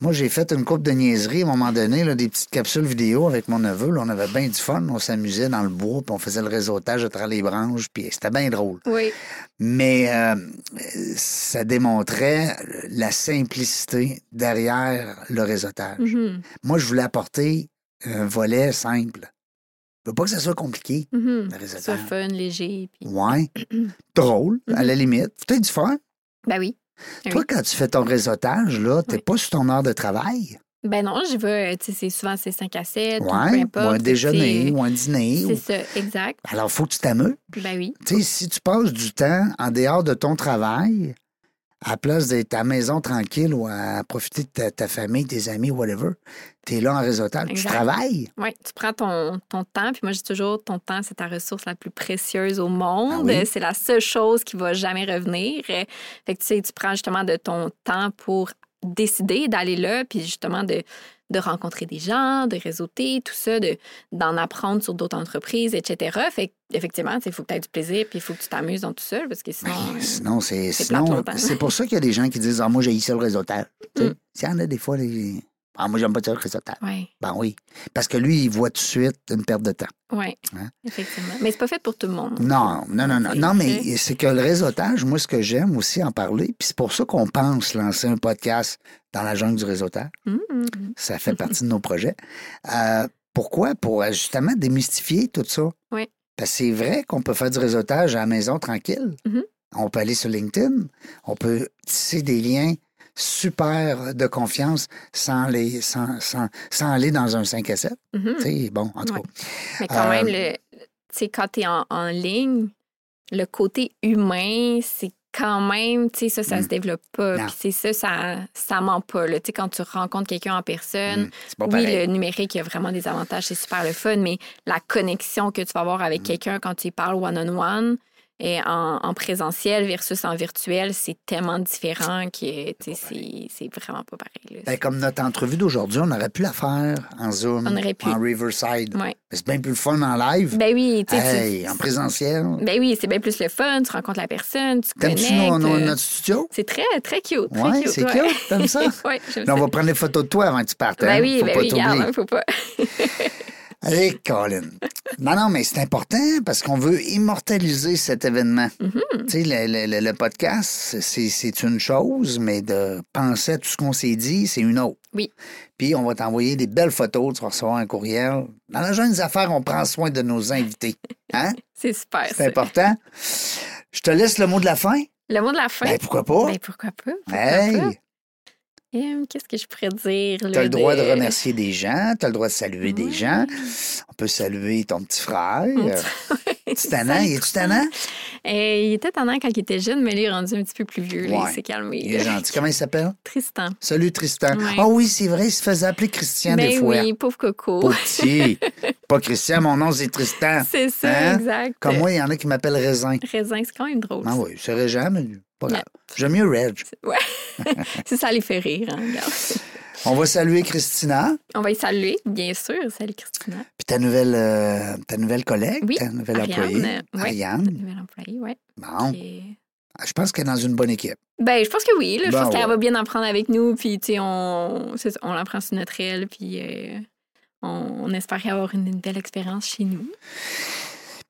A: moi, j'ai fait une coupe de niaiseries à un moment donné, là, des petites capsules vidéo avec mon neveu. Là, on avait bien du fun, on s'amusait dans le bois, puis on faisait le réseautage à travers les branches, puis c'était bien drôle
B: Oui,
A: mais euh, ça démontrait la simplicité derrière le réseautage.
B: Mhm.
A: Moi, je voulais apporter un volet simple. Je veux pas que ça soit compliqué,
B: Mhm.
A: le
B: Soit
A: réseautage.
B: fun, léger. puis-
A: Ouais. Drôle, à la limite. Peut-être du fun.
B: Ben oui. Ah
A: Toi,
B: Mm-hmm. oui.
A: quand tu fais ton réseautage, là, t'es
B: Oui.
A: pas sur ton heure de travail.
B: Ben non, je vais, tu sais, c'est souvent c'est 5 à 7 ou peu
A: Ouais. Ou
B: importe.
A: un
B: c'est-
A: déjeuner, ou un dîner.
B: C'est
A: ou-
B: c'est ça, exact.
A: Alors, faut que tu t'amuses.
B: Ben oui.
A: Tu sais, si tu passes du temps en dehors de ton travail, à la place d'être à la maison tranquille ou à profiter de ta, ta famille, tes amis, whatever, t'es là en réseautage. Tu
B: Exact.
A: travailles.
B: Oui, tu prends ton, ton temps. Puis moi, je dis toujours, ton temps, c'est ta ressource la plus précieuse au monde.
A: Ah oui.
B: C'est la seule chose qui va jamais revenir. Euh, Fait que tu sais, tu prends justement de ton temps pour décider d'aller là, puis justement de, de rencontrer des gens, de réseauter, tout ça, de, d'en apprendre sur d'autres entreprises, etc. Fait que, effectivement, il faut que tu aies du plaisir, puis il faut que tu t'amuses dans tout seul, parce que sinon.
A: Mais
B: euh,
A: Ah, sinon, Ben c'est
B: c'est
A: sinon,
B: plate longtemps.
A: c'est pour ça qu'il y a des gens qui disent Ah, moi, j'ai ça le réseautage. Tu sais,
B: Mm.
A: Il y en a des fois, les... Ah, moi, j'aime pas ça le réseautage.
B: euh, ouais,
A: Ben oui. Parce que lui, il voit tout de suite une perte de temps.
B: ouais,
A: Hein?
B: effectivement. Mais c'est pas fait pour tout le monde.
A: Non, non, non, non.
B: C'est-
A: Non, mais c'est que le réseautage, moi, ce que j'aime aussi en parler, puis c'est pour ça qu'on pense lancer un podcast dans la jungle du réseautage.
B: Hum, hum, hum.
A: Ça fait partie de nos projets. Euh, pourquoi? Pour euh, justement démystifier tout ça.
B: Oui.
A: Parce que c'est vrai qu'on peut faire du réseautage à la maison tranquille.
B: Mhm.
A: On peut aller sur LinkedIn. On peut tisser des liens super de confiance sans, les, sans, sans, sans aller dans un 5 à 7.
B: Mhm.
A: Tu sais, Bon, en tout
B: Ouais.
A: cas.
B: Mais quand
A: Euh,
B: même, le- tu sais, quand tu es en, en ligne, le côté humain, c'est quand même, tu sais, ça, ça
A: Mm.
B: se développe pas.
A: Non.
B: Puis c'est ça, ça, ça ment pas. là. Tu sais, quand tu rencontres quelqu'un en personne,
A: Mm, c'est pas
B: Euh, oui,
A: pareil.
B: le numérique, il y a vraiment des
A: Mm.
B: avantages, c'est super le fun, mais la connexion que tu vas avoir avec quelqu'un quand tu y parles one-on-one, Et en, en présentiel versus en virtuel, c'est tellement différent que tu sais, c'est c'est vraiment pas pareil. là.
A: Ben, comme notre entrevue d'aujourd'hui, on aurait pu la faire en Zoom,
B: On aurait pu.
A: en Riverside.
B: Ouais.
A: Mais C'est bien plus le fun en live.
B: Ben oui, tu sais, tu-
A: hey, en présentiel.
B: Ben oui, c'est bien plus le fun, tu rencontres la personne, tu connectes.
A: T'aimes-tu nos- nos-
B: euh,
A: notre studio?
B: C'est très, très cute. Très
A: Ouais,
B: cute.
A: c'est cute, hein? t'aimes ça?
B: oui, j'aime
A: Là,
B: ça.
A: on va prendre les photos de toi avant que tu partes. hein?
B: Ben oui,
A: Faut
B: ben
A: pas
B: oui,
A: t'oublier.
B: garde, hein, faut pas.
A: Allez, Colin. Non, non, mais c'est important parce qu'on veut immortaliser cet événement.
B: Mm-hmm.
A: Tu sais, le, le- le- le podcast, c'est- c'est une chose, mais de penser à tout ce qu'on s'est dit, c'est une autre.
B: Oui.
A: Puis on va t'envoyer des belles photos, tu vas recevoir un courriel. Dans la jeune affaires, on prend soin de nos invités. Hein?
B: C'est super.
A: C'est
B: ça.
A: important. Je te laisse le mot de la fin.
B: Le mot de la fin.
A: Ben, pourquoi pas?
B: Ben, pourquoi pas? pourquoi
A: hey,
B: pas? Hum, Qu'est-ce que je pourrais dire?
A: t'as
B: là, ben,
A: le droit de remercier des gens, t'as le droit de saluer des
B: Ouais.
A: gens. On peut saluer ton petit frère.
B: Mon
A: Euh, Tu tannant, il est-tu tannant?
B: Eh, il était tendant quand il était jeune, mais lui, il est rendu un petit peu plus vieux. là,
A: Ouais.
B: il s'est calmé.
A: Il est
B: là.
A: gentil. Comment il s'appelle?
B: Tristan.
A: Salut Tristan.
B: Ouais.
A: Ah oui, c'est vrai, il se faisait appeler Christian des
B: Ben
A: fois.
B: oui, pauvre coco.
A: Pauvre petit. Pas Christian, mon nom c'est Tristan.
B: C'est ça,
A: Hein?
B: exact.
A: Comme moi, il y en a qui m'appellent Raisin.
B: Raisin, c'est quand même drôle.
A: Ah oui, c'est Régent, mais pas grave.
B: Yeah.
A: J'aime mieux Reg.
B: Si ça les fait rire, hein, regarde.
A: On va saluer Christina,
B: On va y saluer, bien sûr. Salut, Christina.
A: puis ta nouvelle, euh, ta nouvelle collègue,
B: Oui,
A: ta nouvelle
B: Ariane,
A: employée,
B: euh, ouais.
A: Ariane.
B: Nouvelle employée, ouais.
A: Bon,
B: qui est-
A: je pense qu'elle est dans une bonne équipe.
B: Ben, je pense que oui. là. Je
A: Ben
B: pense
A: ouais.
B: qu'elle va bien en prendre avec nous. Puis, tu sais, on, c'est ça, on l'en prend sur notre aile. Puis, euh, on, on espère y avoir une, une belle expérience chez nous.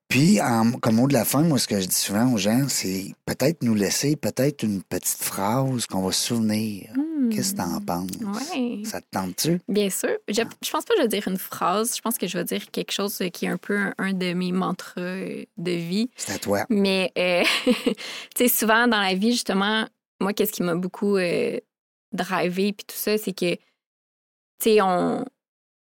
A: Puis, en- comme mot de la fin, moi, ce que je dis souvent aux gens, c'est peut-être nous laisser peut-être une petite phrase qu'on va se souvenir.
B: Hmm.
A: Qu'est-ce que t'en penses?
B: Ouais.
A: Ça te tente-tu?
B: Bien sûr. Je, je pense pas que je vais dire une phrase. Je pense que je vais dire quelque chose qui est un peu un, un de mes mantras euh, de vie.
A: C'est à toi.
B: Mais, euh, tu sais, souvent dans la vie, justement, moi, qu'est-ce qui m'a beaucoup euh, drivé puis tout ça, c'est que, tu sais, on.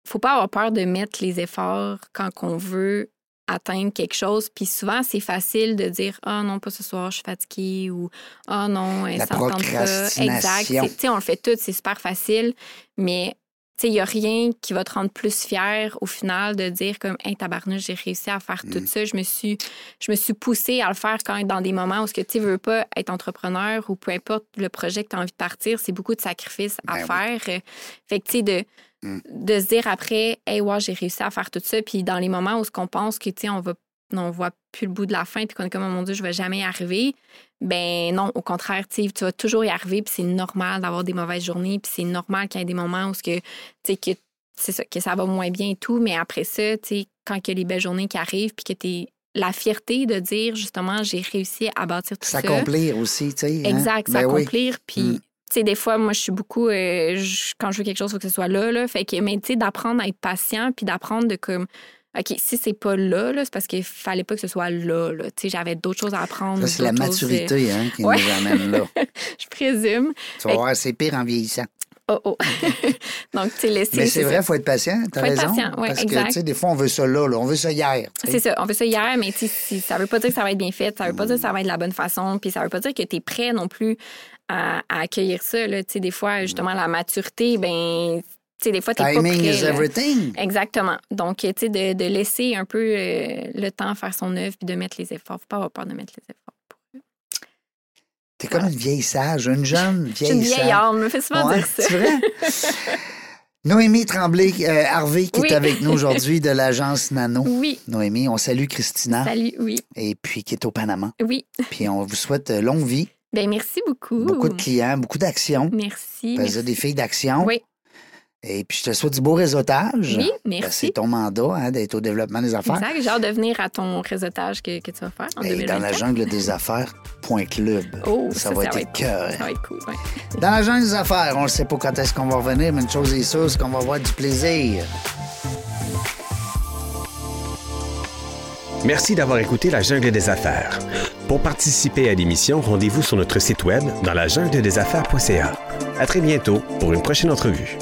B: Faut pas avoir peur de mettre les efforts quand on veut atteindre quelque chose. Puis souvent, c'est facile de dire Ah non, pas ce soir, je suis fatiguée ou Ah non, euh,
A: La
B: ça me tente pas. Exact.
A: procrastination.
B: C'est- Tu sais, on le fait tout, c'est super facile. Mais tu sais, il n'y a rien qui va te rendre plus fier au final de dire comme, hey, tabarnouche, j'ai réussi à faire tout
A: Mm.
B: ça. Je me suis, je me suis poussée à le faire quand dans des moments où ce que tu veux pas être entrepreneur ou peu importe le projet que tu as envie de partir, c'est beaucoup de sacrifices à
A: Ben
B: faire. Euh, Fait que, tu sais, de,
A: Mm.
B: de se dire après, hey, wow, j'ai réussi à faire tout ça. Puis dans les moments où ce qu'on pense que, tu sais, on va on voit plus le bout de la fin puis qu'on est comme Oh mon dieu je vais jamais y arriver ben non au contraire tu sais, tu vas toujours y arriver puis c'est normal d'avoir des mauvaises journées puis c'est normal qu'il y ait des moments où ce que tu sais, que c'est ça, que ça va moins bien et tout, mais après ça, tu sais, quand il y a les belles journées qui arrivent, puis que t'es la fierté de dire justement j'ai réussi à bâtir tout ça.
A: S'accomplir aussi, tu sais. hein?
B: Exact,
A: Ben oui.
B: s'accomplir. Puis,
A: Mm.
B: tu sais, des fois, moi, je suis beaucoup. euh, je- quand je veux quelque chose, il faut que ce soit là, là. Fait que, mais tu sais, d'apprendre à être patient, puis d'apprendre de comme. OK, si c'est pas là, là c'est parce qu'il fallait pas que ce soit là, là. Tu sais, j'avais d'autres choses à apprendre.
A: Ça, c'est la
B: d'autres choses, euh,
A: maturité hein, qui
B: Ouais.
A: nous amène là.
B: je présume.
A: Tu vas voir, c'est pire en vieillissant.
B: Oh, oh. Donc, tu sais, laisser.
A: Mais c'est
B: ça.
A: vrai, il faut être patient. Tu as
B: Faut être
A: raison.
B: patient, ouais,
A: parce que,
B: exact.
A: tu sais, des fois, on veut ça là, là, on veut ça hier. tu sais.
B: C'est ça, on fait ça hier, mais tu sais, si- ça veut pas dire que ça va être bien fait, ça veut pas dire que ça va être de la bonne façon, puis ça veut pas dire que tu es prêt non plus à, à accueillir ça. Là. Tu sais, Des fois, justement, la maturité, ben, tu sais, des fois, tu pas
A: Timing
B: prêt.
A: is
B: là.
A: everything.
B: Exactement. Donc, tu sais, de, de laisser un peu euh, le temps faire son œuvre, puis de mettre les efforts. Faut pas avoir peur de mettre les efforts.
A: T'es comme une vieille sage, une jeune
B: Je suis
A: vieille
B: une
A: sage.
B: vieille on me fait souvent
A: Ouais,
B: dire ça.
A: c'est vrai. Noémie Tremblay, euh, Harvey, qui
B: Oui.
A: est avec nous aujourd'hui de l'agence Nano.
B: Oui,
A: Noémie, on salue Christina
B: salut, oui,
A: et puis qui est au Panama.
B: oui.
A: Puis on vous souhaite euh, longue vie,
B: Ben merci beaucoup.
A: beaucoup de clients, beaucoup d'actions. Parce
B: Merci.
A: que
B: merci.
A: des filles d'action.
B: Oui,
A: Et puis je te souhaite du beau réseautage.
B: oui,
A: Parce que C'est
B: merci.
A: ton mandat hein, d'être au développement des affaires.
B: Exact. J'ai hâte de venir à ton réseautage que, que tu vas faire en
A: Et
B: 2024.
A: Ben, dans la jungle des affaires, point club.
B: Oh,
A: ça, va être cœur.
B: Ça va être cool, ouais.
A: Dans la jungle des affaires, on ne sait pas quand est-ce qu'on va revenir, mais une chose est sûre, c'est qu'on va avoir du plaisir.
C: Merci d'avoir écouté La Jungle des Affaires. Pour participer à l'émission, rendez-vous sur notre site web dans la jungle des affaires.ca. À très bientôt pour une prochaine entrevue.